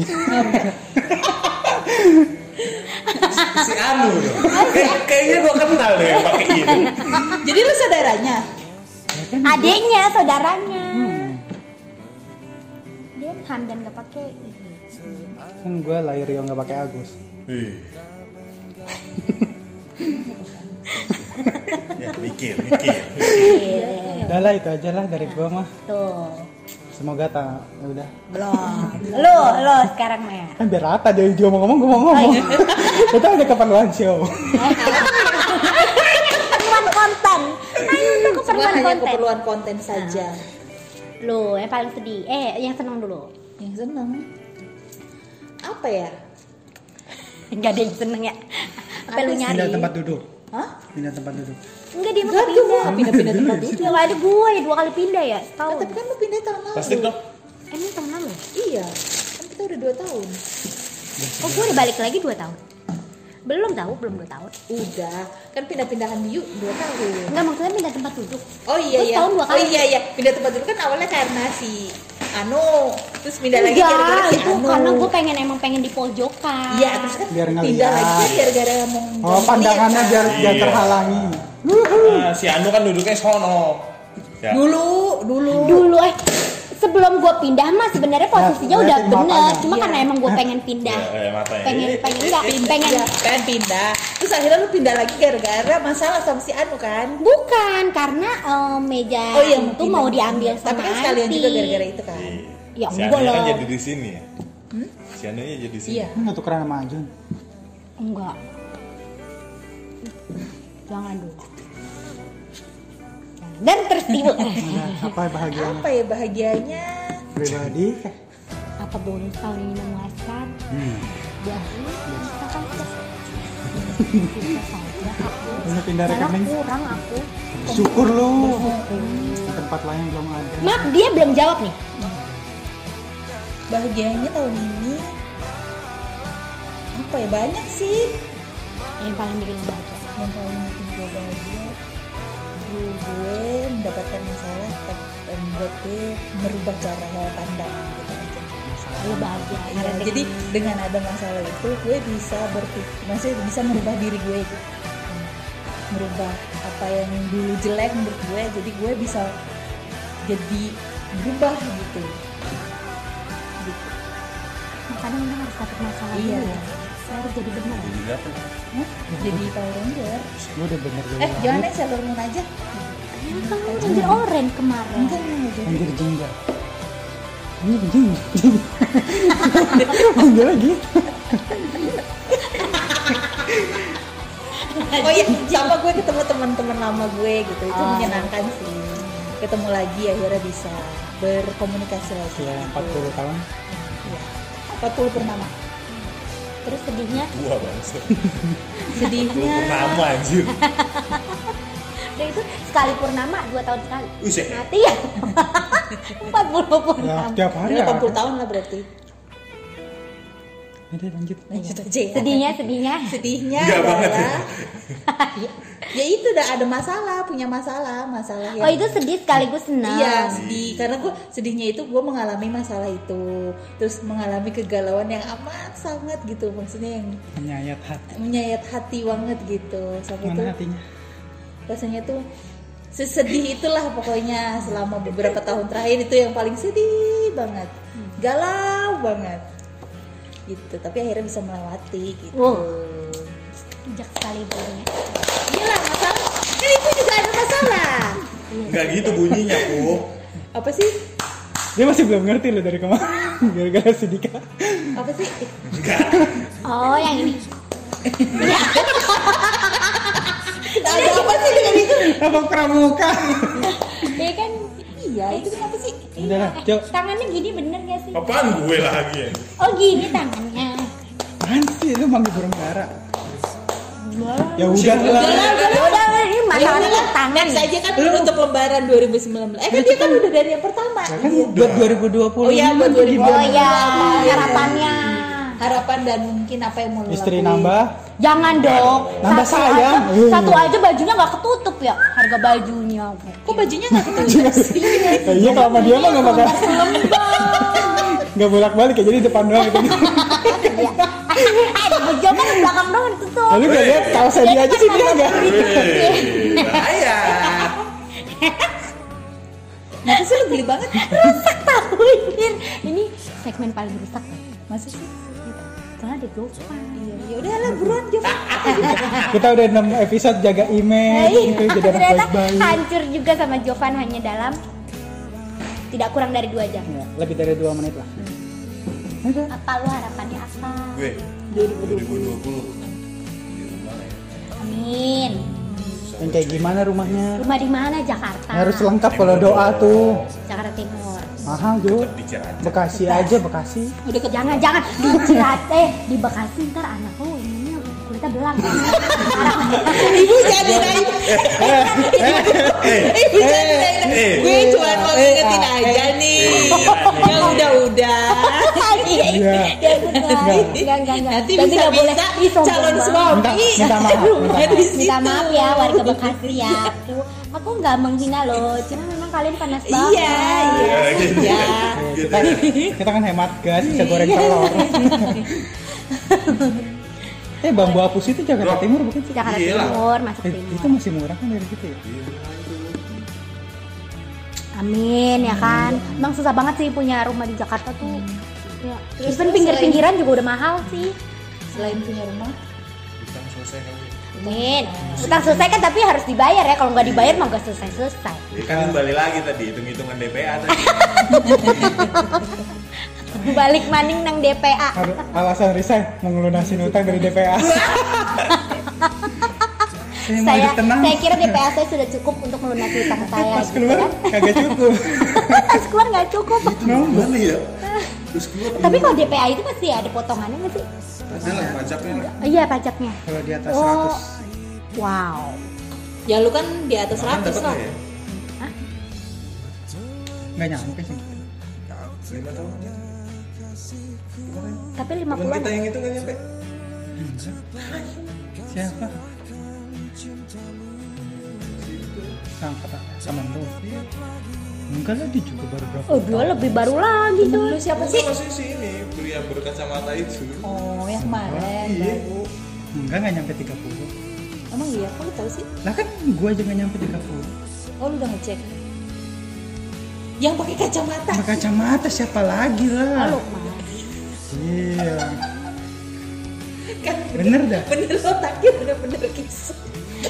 si Anu dong. Kayak- kayaknya gua kenal deh yang pakai ini. Jadi lu saudaranya? Adiknya, saudaranya. Dia Hamdan gak pakai ini. Kan gua lahir yang nggak pakai Agus. Hei. ya, mikir, mikir. Iya. Udah lah itu aja lah dari gua mah. Tuh. Semoga tak. Ya udah. Belum. Lo, lo sekarang ya. Mer. kan biar rata dia dia mau ngomong gue mau ngomong itu ada keperluan show Perluan konten. Ayo, aku Cuma perluan hanya konten. keperluan konten Nah. saja. Lo, yang paling sedih. Eh, yang seneng dulu. Yang seneng. Apa ya? Enggak ada yang seneng ya. Apa lu nyari? pindah tempat duduk Hah? pindah tempat duduk Enggak dia mau Enggak, dia mau pindah. pindah-pindah tempat duduk. Yang ada gue ya dua kali pindah ya Ah, setahun. tapi kan lu pindah tahun lalu. Pasti dong. Emang tahun lalu? Iya. Kan kita udah 2 tahun. Oh gue udah balik lagi dua tahun. Belum tahu, belum dua tahun. Udah. Kan pindah-pindahan di yuk 2 tahun. Enggak maksudnya pindah tempat duduk. Oh iya Terus iya. tahun dua Oh kali. iya iya. Pindah tempat dulu kan awalnya karena si Anu terus pindah lagi gara-gara Enggak, si itu Anu. karena gue pengen emang pengen di pojokan. Iya, terus kan Biar pindah ngeliat. lagi kan gara-gara kan? mau oh pandangannya biar biar Iya. terhalangi Nah, si Anu kan duduknya sono. Ya. Dulu, dulu. Dulu eh sebelum gue pindah mah sebenarnya posisinya Nah, udah berarti bener, makanya. cuma Iya. karena emang gue pengen pindah. Ya, eh, matanya. Pengen pengen enggak pengen Iya, kan pindah. Terus akhirnya lu pindah lagi gara-gara masalah sama si Anu kan. bukan karena eh, meja Oh iya, itu pindah. mau diambil sama Tapi kan sekalian Aunty. juga gara-gara itu kan. Ya, si enggak Hmm? Anu kan lah. jadi di sini ya. Si Anu nya jadi di sini. Iya. ini nggak tukeran sama Ajun Enggak. Jangan dulu. Dan tertipu. Nah, apa bahagianya Apa ya bahagianya? pribadi kah? Apa bonus tahun ini memuaskan? hmm. Bahkan Ini pindah Karena rekening. kurang aku. Syukur lu. Tempat lain belum ada. Maaf, dia belum jawab nih. Bahagianya tahun ini apa ya banyak sih Yang paling bikin lo bahagia. yang paling bikin gue bahagia dulu gue mendapatkan masalah tep- dan buat gue merubah cara pandang gitu aja. Lo bahagia. Iya, Karena jadi dengan ada masalah itu gue bisa berpikir maksudnya bisa merubah diri gue gitu. merubah apa yang dulu jelek menurut gue jadi gue bisa jadi berubah gitu, gitu. makanya kita harus dapat masalah Iya. dulu. Saya harus jadi benar. Jadi apa? Hah? jadi Power Ranger Lu udah bener lu. eh jangan deh Sailor Moon aja Kan kamu ranger orange kemarin. enggak enggak jadi Anjir jingga. Anjir jingga. gitu. Anjir lagi. Oh iya, sama gue ketemu teman-teman lama gue gitu. Itu Oh. menyenangkan sih. Ketemu lagi akhirnya bisa berkomunikasi lagi. Ya, gitu. 40 tahun. Iya. 40 purnama. Terus sedihnya Tua bangsa. Lu Sedihnya purnama anjir. dia itu sekali purnama dua tahun sekali. Usai. Mati ya. 40 Ya, purnama. tiap hari ya. 80 tahun lah berarti. Udah lanjut. Lanjut aja ya. Sedihnya, sedihnya. Sedihnya Enggak banget ya. adalah ya itu udah ada masalah, punya masalah, masalah yang Oh itu sedih sekaligus senang. Iya sedih karena gue sedihnya itu gue mengalami masalah itu terus mengalami kegalauan yang amat sangat gitu maksudnya yang Menyayat Gitu. hati. menyayat hati banget gitu sampai Mana tuh hatinya? rasanya tuh sesedih itulah pokoknya selama beberapa tahun terakhir itu yang paling sedih banget galau banget gitu tapi akhirnya bisa melewati gitu Wow. Bijak sekali bunyinya. inilah Iya, masalah kan itu juga ada masalah Enggak gitu bunyinya, Bu. apa sih Dia masih belum ngerti loh dari kemarin. Gara-gara si Dika. apa sih Eh, Enggak. Oh yang ini. ada apa sih dengan itu Apa pramuka? Dia kan iya itu kenapa sih Eh, Udah lah, Cok. tangannya gini bener gak sih? Apaan gue lagi ya? Oh gini tangannya. Apaan sih lu manggil burung dara? Ya udah Udah, Nah, lah. udah, udah, udah, udah, ini masalahnya Iya, tangan next nih. aja kan penutup lembaran 2019 eh kan dia kan udah dari yang pertama Kan buat 2020. Iya. oh iya buat Oh 2020 ya, harapannya. harapan dan mungkin apa yang mau lo Istri lakuin. nambah. Jangan dong. Nambah Satu sayang. Iya. aja- satu aja bajunya nggak ketutup ya harga bajunya. kok bajunya nggak ketutup sih Ya, iya kalau sama dia mah nggak bakal nggak bolak balik ya jadi depan doang gitu. Iya. Eh, bajunya kan di belakang doang ditutup. Lalu gak lihat kaosnya dia aja sih dia nggak. Weh, bahaya. Kenapa sih lu geli banget? Rusak tahu ini. Ini segmen paling rusak. ya. Masa sih? Karena ada gopang. Iya. Ya udah lah buruan coba. Kita udah 6 episode jaga Nah, image iya. gitu jadi anak Nah, iya. ternyata baik-baik. kan- hancur juga sama Jovan hanya dalam tidak kurang dari dua jam. Ya, lebih dari 2 menit lah. Udah. Apa lu harapannya apa? Gue 2020 Amin. Yang kayak gimana rumahnya? Rumah di mana Jakarta? Harus lengkap kalau doa tuh. Jakarta Timur. Mahal tuh. di Ciracas. Bekasi aja Bekasi. Udah ke jangan jangan di Cirate di Bekasi ntar anak lu ininya kulitnya belang. Ibu jadi naik. Ibu jadi naik. eh. Gue cuma mau ngingetin aja nih. Ya Yang udah-udah. Iya. Ya benar. Enggak enggak enggak. Nanti Iya, Tapi bisa nggak boleh. bisa Ih, sombong calon banget. Minta, suami. Iya, minta maaf. Minta Aduh, iya, maaf. Minta situ. maaf ya warga Bekasi ya. Aku aku nggak menghina loh. Cuma memang kalian panas banget. Iya, iya. Ya, gitu. Ya. Gitu. Kita, kita kan hemat gas, bisa goreng telur. eh bambu apus itu Jakarta Timur bukan sih? Jakarta Iya lah. Timur gitu. masuk Eh, timur. itu masih murah kan dari situ ya? Amin ya kan. Emang susah banget sih punya rumah di Jakarta tuh. Ya. Even pinggir-pinggiran juga udah mahal sih. Selain punya rumah, Utang selesai kan, kali. Amin. Utang selesai kan tapi harus dibayar ya. Kalau nggak dibayar mah nggak selesai-selesai. Ya, kan kembali lagi tadi hitung-hitungan DPA tadi. balik maning nang DPA Har- Alasan resign mengelunasin utang dari DPA. saya mau saya hidup tenang. saya kira DPA saya sudah cukup untuk melunasi utang saya Pas gitu keluar kan. kagak cukup. pas keluar nggak cukup Itu mana ya? terus keluar Tapi kalau DPA itu pasti ada potongannya nggak sih? ada lah pajaknya lah. Oh, iya pajaknya. Kalau di atas Oh, wow. Ya lu kan di atas Makan 100 dapat lah. nggak ya? 100 nggak nyampe sih. Lima tahun aja. Tapi Temen 50 kita yang itu nggak nyampe. Siapa? Sama sama lu. Enggak lah dia juga baru berapa? Oh, dua lebih baru lagi tuh. Lu siapa Itu sih? masih si ini pria berkacamata itu. Oh, yang kemarin Iya. baru. Enggak nggak nyampe 30. Emang iya, kok lu tahu sih? Lah kan gua aja nggak nyampe 30. Oh, lu udah ngecek. Yang pakai kacamata. Sama kacamata siapa lagi lah? Lu, Mas. Iya. Kan Bener dah. bener otaknya bener-bener kisah.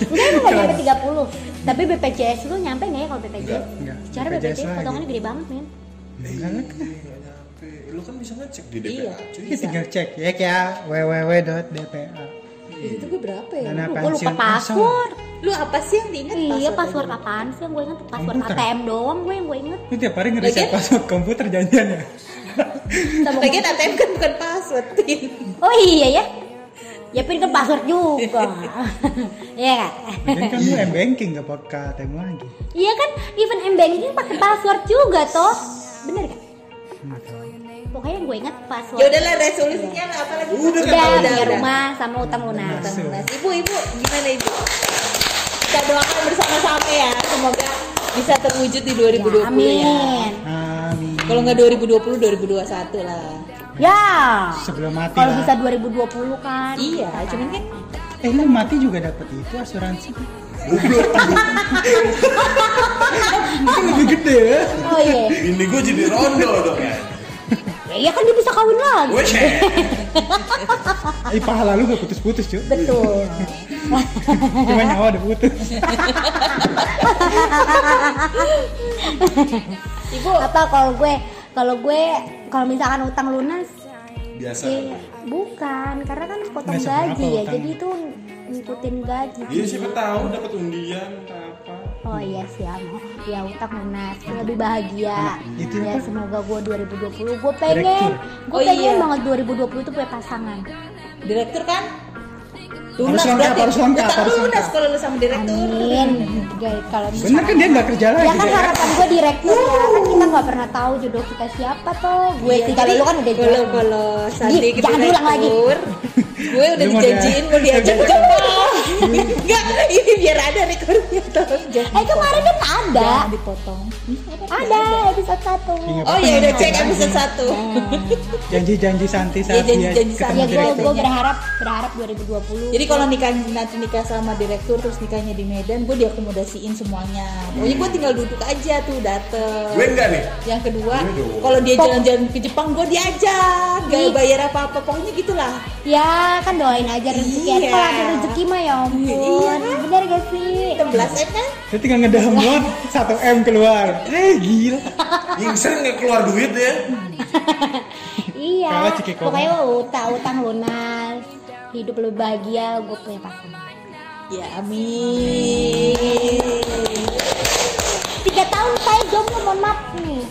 Enggak, lu nggak nyampe 30 Tapi BPJS lu nyampe nggak ya kalau BPJS? Enggak. Cara BPJS, potongannya gede banget, men Enggak lah. Ih, nggak nyampe. Lu kan bisa ngecek di DPA. Iya. cuy. Ini tinggal cek ya ya www.dpa. Itu gue berapa ya? Dana Aduh, Eh, gua lupa pensiun asal. password Lu apa sih yang diingat? Iya, aja password dulu. apaan sih yang gue inget Password Komputer. ATM doang gue yang gue inget Ini tiap hari ngeriset gitu. Lagian- password komputer janjian ya. Sama Lagian ATM kan bukan password, Tin. Oh iya ya Ya pin kan password juga Iya kan? Lagian kan lu m-banking gak pakai ATM lagi. Iya kan, even M-Banking pakai password juga toh Bener kan? Pokoknya yang gue inget password Ya udahlah resolusinya lah apalagi. Udah, Udah, punya rumah sama utang lunas Masuk. Mas, ibu, ibu, gimana ibu? Kita doakan bersama-sama ya, semoga bisa terwujud di 2020 Ya, ya. Amin Amin. Kalau nggak 2020, 2021 lah. Ya Sebelum mati Kalau lah. bisa 2020 kan Iya, cuman kan Eh lu mati juga dapat itu asuransi. Mungkin lebih gede ya. Oh iya Ini gue jadi rondo dong ya. Ya iya kan dia bisa kawin lagi Gue share. Eh pahala lu gak putus-putus cuy. Betul Cuma nyawa udah putus. Ibu Apa kalau gue Kalau gue Kalau misalkan utang lunas Biasa. ya, Bukan Karena kan potong Nggak seberapa gaji ya utang. Jadi itu ngikutin gaji Iya siapa tahu dapat undian atau apa. Oh iya siap Ya utang lunas Gue Lebih bahagia Itu Ya apa? semoga gue 2020 Gue pengen Gue Oh, pengen iya. banget 2020 itu punya pasangan direktur kan Harus lengkap, harus lengkap, Utang harus lu lunas lengkap. kalau lu sama direktur. Amin Guys, Ya, Kalau Bener kan dia gak kerja lagi. Ya kan dia. harapan gue direktur ya kan kita nggak pernah tahu jodoh kita siapa toh. Gue Iya, tinggal jadi lu kan udah kalau jodoh. kalau Sandi Di- jangan diulang lagi. direktur, Gue gitu, udah Lu mau dijanjiin dia- mau diajak mau ke mall. Enggak, ini biar ada rekornya tolong jangan. Eh kemarin kan ada, Jangan dipotong. ada episode satu. Iya. Oh ya udah cek episode 1. Janji-janji Santi saat janji- dia janji Santi. Ya ketemu gue direktur. gue berharap berharap 2020. Jadi kalau nikah nanti nikah sama direktur terus nikahnya di Medan, gue diakomodasiin semuanya. Pokoknya gue tinggal duduk aja tuh dateng. Gue enggak nih. Yang kedua, Gue dong. kalau dia jalan-jalan ke Jepang, gue diajak. Gak Ih. bayar apa-apa, pokoknya gitulah. ya kan doain aja rezeki. Ya, Iya. Kalau ada rezeki mah ya Iya. ampun. Bener gak sih? 16 m kan? Dia tinggal ngedahem doang, 1 M keluar. Eh gila. Yang sering nggak keluar duit ya. Iya. Kalah Ciki Komo. Pokoknya utang utang lunas. Hidup lebih bahagia. Gue punya pasangan. Ya amin. Tiga tahun saya jomblo mohon maaf nih.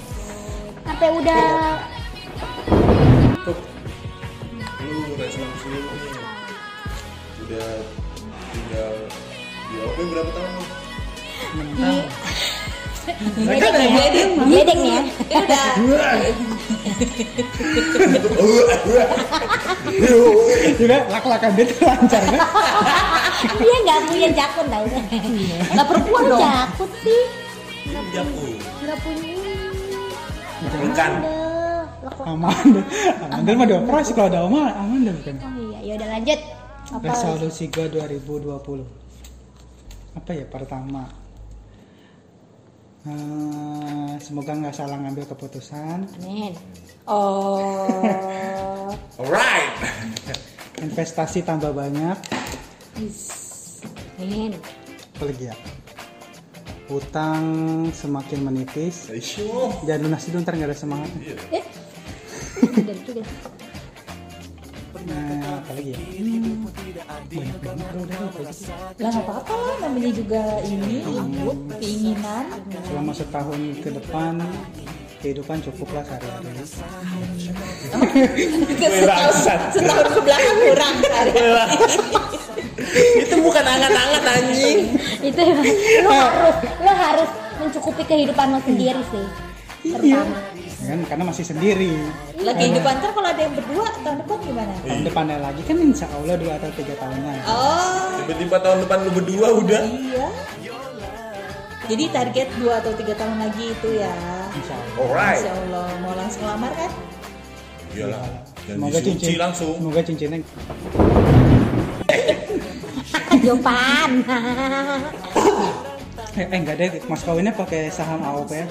Sampai udah Lu resolusi lu nih. Udah tinggal di OP berapa tahun lu? di Kan Gledek udah ya, gledek. gledek nih ya. Ini udah Juga lak-lakan dia tuh lancar kan. Dia nggak punya jakun tau Nggak perempuan dong. Iya. Jakun sih, Iya aku. nggak punya. Bukan. Aduh, lekuk. Amanda. Amanda mah dioperasi kalau ada Oma, Amanda bukan. Oh iya, ya udah lanjut. Apa? Resolusi gua 2020. Apa ya pertama? Eh, semoga nggak salah ngambil keputusan Amin. Oh. Alright. investasi tambah banyak Amin. apalagi ya utang semakin menipis Ayo. jangan lunas dulu ntar nggak ada semangat Eh. Bener juga. nah apalagi ya banyak banget udah, udah, udah. Lah nggak apa-apa lah, namanya juga ini input, keinginan. selama setahun ke depan kehidupan cukuplah sehari-hari setahun, setahun ke belakang kurang hari. itu bukan angan-angan anjing itu emang lo harus lo harus mencukupi kehidupan lo sendiri sih Iya. pertama Ya kan karena masih sendiri Nah, lagi kehidupan ntar kalau ada yang berdua tahun depan gimana tahun depannya lagi kan insya Allah dua atau tiga tahun lagi oh Tiba-tiba tahun depan lu berdua udah. iya jadi target dua atau tiga tahun lagi itu ya insya Allah Alright. Insya Allah mau langsung lamar kan Iyalah. Dan semoga disunci cincin langsung. semoga cincinnya Kan kehidupan Kan? eh, eh enggak deh mas kawinnya pakai saham AOP ya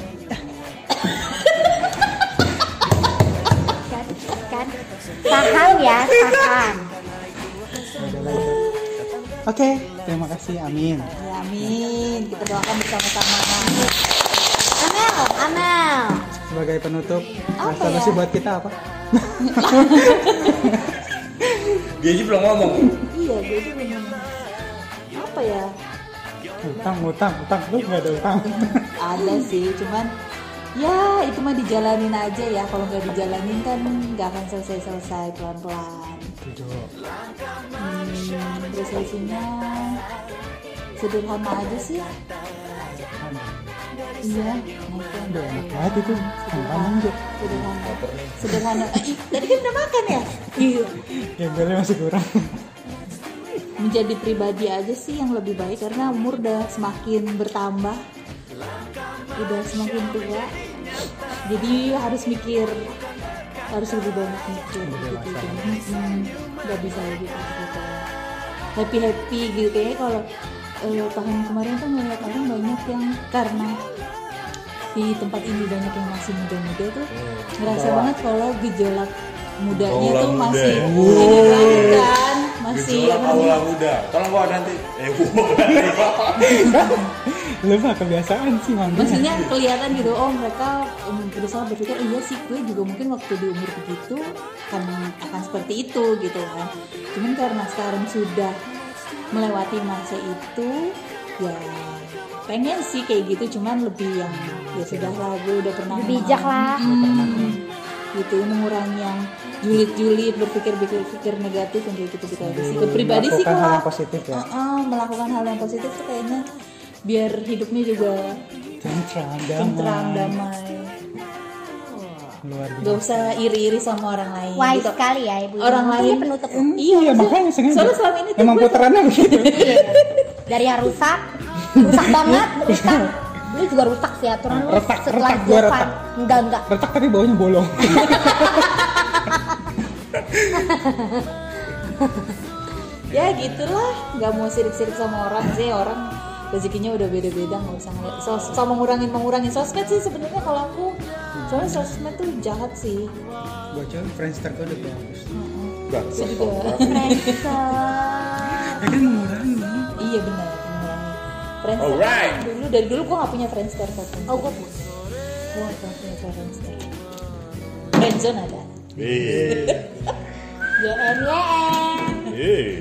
kan kan paham ya paham Udah lah itu. oke terima kasih amin ya amin kita doakan bersama-sama Amel Amel sebagai penutup Apa ya? solusi buat kita apa Dia aja belum ngomong. iya jadi memang apa ya utang utang utang lu nggak ada utang ada sih cuman ya itu mah dijalanin aja ya kalau nggak dijalanin kan nggak akan selesai selesai pelan pelan hmm, resolusinya sederhana aja sih iya udah enak banget itu Apaan sederhana anjir? sederhana sederhana Ih, tadi kan udah makan ya iya Gembelnya masih kurang menjadi pribadi aja sih yang lebih baik karena umur udah semakin bertambah udah semakin tua jadi harus mikir harus lebih banyak mikir gitu Hmm, nggak bisa lagi gitu happy happy gitu kayaknya kalau eh, tahun kemarin tuh ngeliat orang banyak yang karena di tempat ini banyak yang masih muda-muda tuh ngerasa banget kalau gejolak mudanya Aura tuh muda masih ya? ini kan masih Gejolak apa namanya? aula muda. Tolong bawa nanti. Eh, bawa nanti, Pak. lu mah kebiasaan sih manggung maksudnya kelihatan gitu oh mereka um, berusaha berpikir iya sih gue juga mungkin waktu di umur begitu akan akan seperti itu gitu kan cuman karena sekarang sudah melewati masa itu ya pengen sih kayak gitu cuman lebih yang ya sudah lah gue udah pernah Lebih bijak lah. Hmm, gitu mengurangi yang julid-julid berpikir-pikir negatif yang kayak gitu gitu aja sih Ke pribadi sih Melakukan hal kalau yang positif ya. Heeh, melakukan hal yang positif tuh kayaknya biar hidupnya juga Tentrang, tentram damai damai luar biasa gak usah iri-iri sama orang lain wise gitu. sekali ya ibu orang Ini lain penutup iya, iya maksudnya- makanya sengaja soalnya selama ini tuh emang gue- puterannya begitu dari yang rusak rusak banget rusak lu juga rusak sih aturan lu Retak, setelah retak, gua Jovan. retak. enggak enggak retak tapi baunya bolong ya gitulah nggak mau sirik-sirik sama orang sih orang rezekinya udah beda-beda nggak usah ngeliat sos sama ngurangin mengurangin sosmed sih sebenarnya kalau aku soalnya sosmed tuh jahat sih gue coba friendster gue udah bagus Udah, Itu Gitu. juga Friendster. ya kan mengurangi iya benar mengurangi Friendster Alright. kan dulu dari dulu gue nggak punya friendster tapi oh gue gue nggak punya friendster friendzone ada Eh, YM YM eh.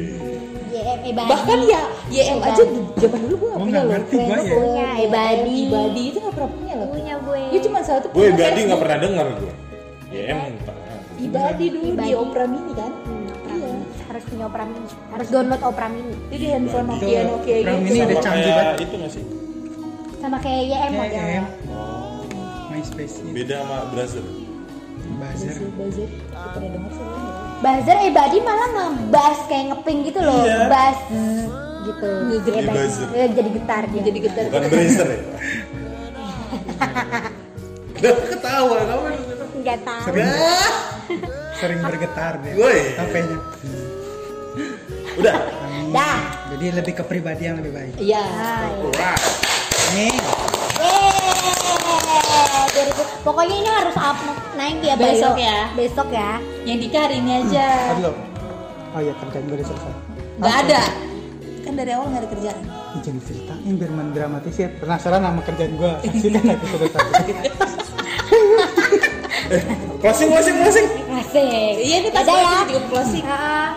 YM Ebadi bahkan ya YM aja di- zaman dulu Gua gue gak punya nggak loh ngerti gua friends. ya. Iya, Punya, Ebadi. Ibadi itu gak pernah punya loh punya gue gue cuma satu Gue punya Gadi Facebook. nggak pernah dengar gue. Ya emang Pak. Ibadi dulu di Ibadi. Opera Mini kan Hmm, Opera Mini. harus punya Opera Mini harus download Opera Mini itu di handphone Nokia Nokia Opera gitu Mini Iya. udah Sama canggih kayak banget. Itu nggak sih? sama kayak YM modelnya KM MySpace ini Beda sama Brazil. buzzer Masih buzzer Gua pernah denger sih lu ya. buzzer Ebadi malah ngebas kayak ngeping gitu loh Iya. bass gitu Ngejerit. Ebadi. Buzzer. Eh, jadi getar dia jadi getar Bukan Brazil ya. Kenapa ketawa kamu? nggak tahu sering sering bergetar deh Woi. HP-nya Udah. dah Hmm, jadi lebih ke pribadi yang lebih baik iya Hai. Alright. nih Yeay, 2000. pokoknya ini harus up naik ya Bayu. Besok ya. besok ya yang Dika hari ini aja Ah, belum oh iya kerjaan gue udah selesai gak ada kan dari awal gak ada kerjaan izin ceritain biar mendramatisir penasaran sama kerjaan gue silakan episode satu Closing, closing, closing. asik iya ini pas Dadah lagi juga closing Ah, ya.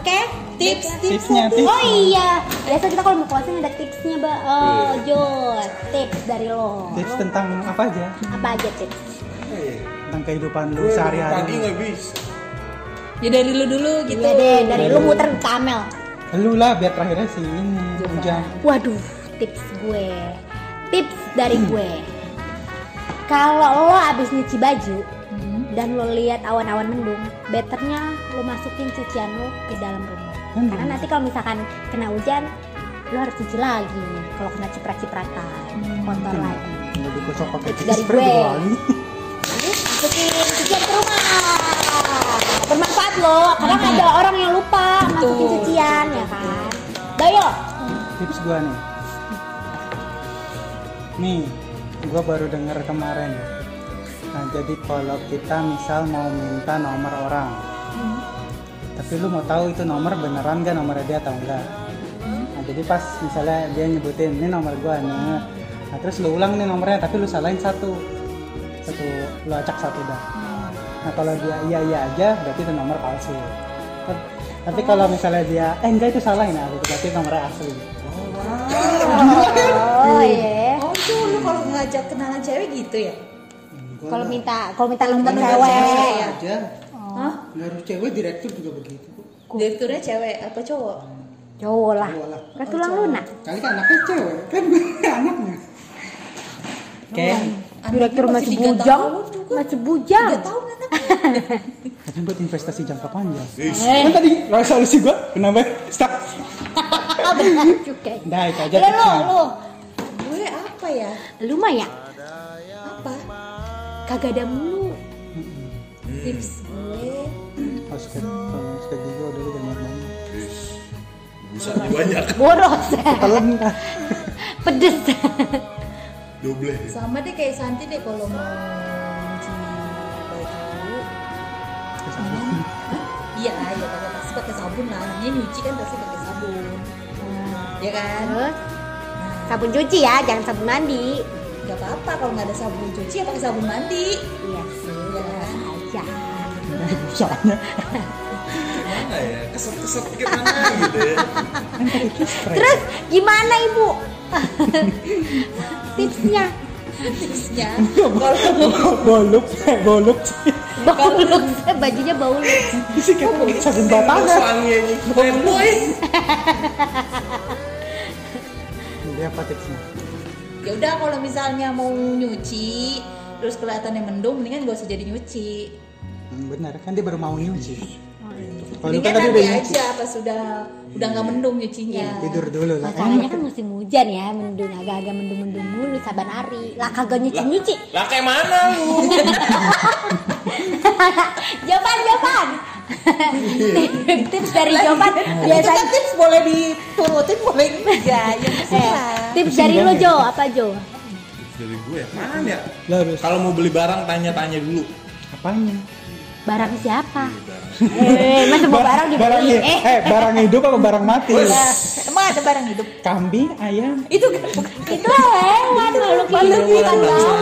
oke Tips, tipsnya tips Oh iya, biasa kita kalau mau closing ada tipsnya, Mbak. Oh, Jod, tips dari lo. tips tentang apa aja Apa aja tips? Iya. tentang kehidupan lu Gue pagi sehari-hari nggak bisa. Ya dari lu dulu gitu. Iya deh, dari lu muter ke Amel. lu lah biar terakhirnya si ini hujan Waduh, tips gue. Tips dari gue. Kalau lo abis nyuci baju dan lo lihat awan-awan mendung, betternya lo masukin cucian lo ke dalam rumah. Hmm. Karena nanti kalau misalkan kena hujan, lo harus cuci lagi. Kalau kena ciprat-cipratan, kotor Hmm. lagi. nggak dikocok pakai Tips tips dari spray gue. juga wangi. Nanti masukin cucian ke rumah. Bermanfaat loh. Kadang ada orang yang lupa masukin Betul. cucian ya kan. Bayo, tips gua nih nih gua baru denger kemarin nah jadi kalau kita misal mau minta nomor orang tapi lu mau tahu itu nomor beneran gak nomor dia atau enggak nah jadi pas misalnya dia nyebutin ini nomor gua nih nah terus lu ulang nih nomornya tapi lu salahin satu satu lu acak satu dah nah kalau dia iya iya aja berarti itu nomor palsu Tep- tapi kalau misalnya dia eh enggak itu salah nah berarti nomornya asli Oh iya. Oh tuh lu kalau ngajak kenalan cewek gitu ya? Kalau minta kalau minta nomor Minta nomor cewek. cewek ya? Kan aja Hah? nggak harus cewek direktur juga begitu Direkturnya cewek apa cowok? Cowok lah. Cowok lah. Kan tulang lunak. kali kan anaknya cewek kan gue anaknya oke Direktur Anaknya masih tiga bujang, tahun juga. masih bujang. Tiga tahun anak. tapi buat investasi jangka panjang Ih, kan tadi resolusi gue menambah stuck Benar juga. dah itu aja Lo lo tipsnya. lo, Gue apa ya? lu mah ya Apa? kagak ada mulu. Tips gue harus ke harus ke Oh, juga udah lu banyak banget ih. Busanya banyak. Boros, telan pedes. Double. sama deh kayak Santi deh kalau mau cuci baju. Iya, ya pakai pasti pakai sabun lah. Dia nyuci kan pasti pakai sabun. Hmm. Ya kan? Terus sabun cuci ya, jangan sabun mandi. Gak apa-apa kalau nggak ada sabun cuci ya pakai sabun mandi. Iya sih, Iya kan? aja. soalnya Mana ya? Keset-keset dikit mana gitu ya. kan tadi itu spray Terus gimana ibu? Tipsnya Tipsnya goluk eh, goluk bau lux, bajunya bau lux. sih kayak pakai sabun batangan Bosannya nih. Playboy. Jadi apa tipsnya ya udah kalau misalnya mau nyuci terus kelihatannya mendung mendingan gak usah jadi nyuci. Hmm, benar kan dia baru mau nyuci Oh, iya. kalau lu kan tadi Mendingan nanti udah nyuci Iya. aja pas sudah udah nggak mendung nyucinya. tidur dulu lah Masalahnya kan musim hujan ya, mendung agak-agak mendung-mendung mulu saban hari. Lah kagak nyuci-nyuci. Lah kayak mana lu? Jawaban, jawaban. tips dari jawaban Itu biasanya kan tips boleh diturutin boleh enggak ya eh, terserah. tips dari lo Jo apa Jo? Dari gue mana ya? Lah, ya? harus Kalau mau beli barang tanya-tanya dulu. apanya Barang siapa? eh, masa mau barang barang dibeli? eh. Eh, barang hidup apa barang mati Ya, Emang ada barang hidup? kambing ayam Itu kan bukan itu lewat makhluk eh, hidup bukan barang.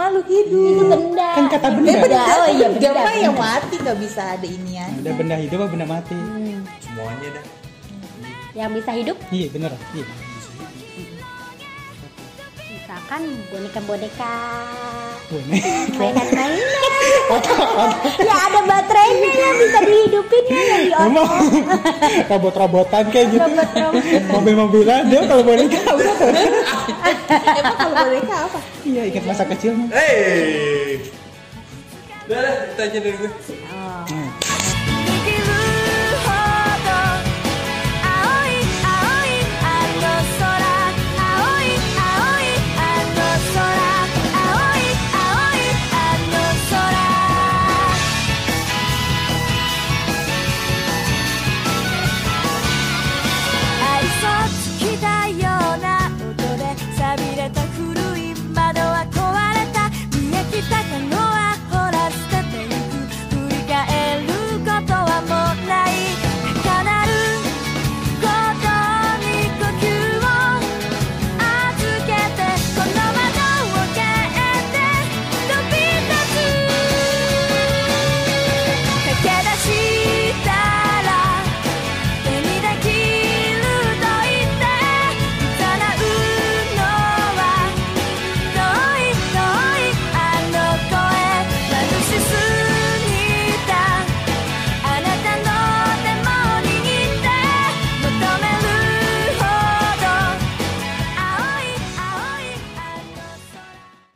makhluk hidup. Itu Benda. kan kata Eh, benda benda. Oh, iya, benda. Jangan yang mati nggak bisa ada inian. ada benda hidup apa benda mati Semuanya dah. Yang bisa hidup iya bener iya misalkan boneka-boneka. Boleh. Mainan-mainan. ya ada baterainya yang bisa dihidupin ya yang di Emang robot-robotan kayak gitu mobil-mobilan dia kalau boleh kan Emang kalau boneka apa? iya ingat masa kecilnya Hei. Udah lah, tanya dari gue. Hmm.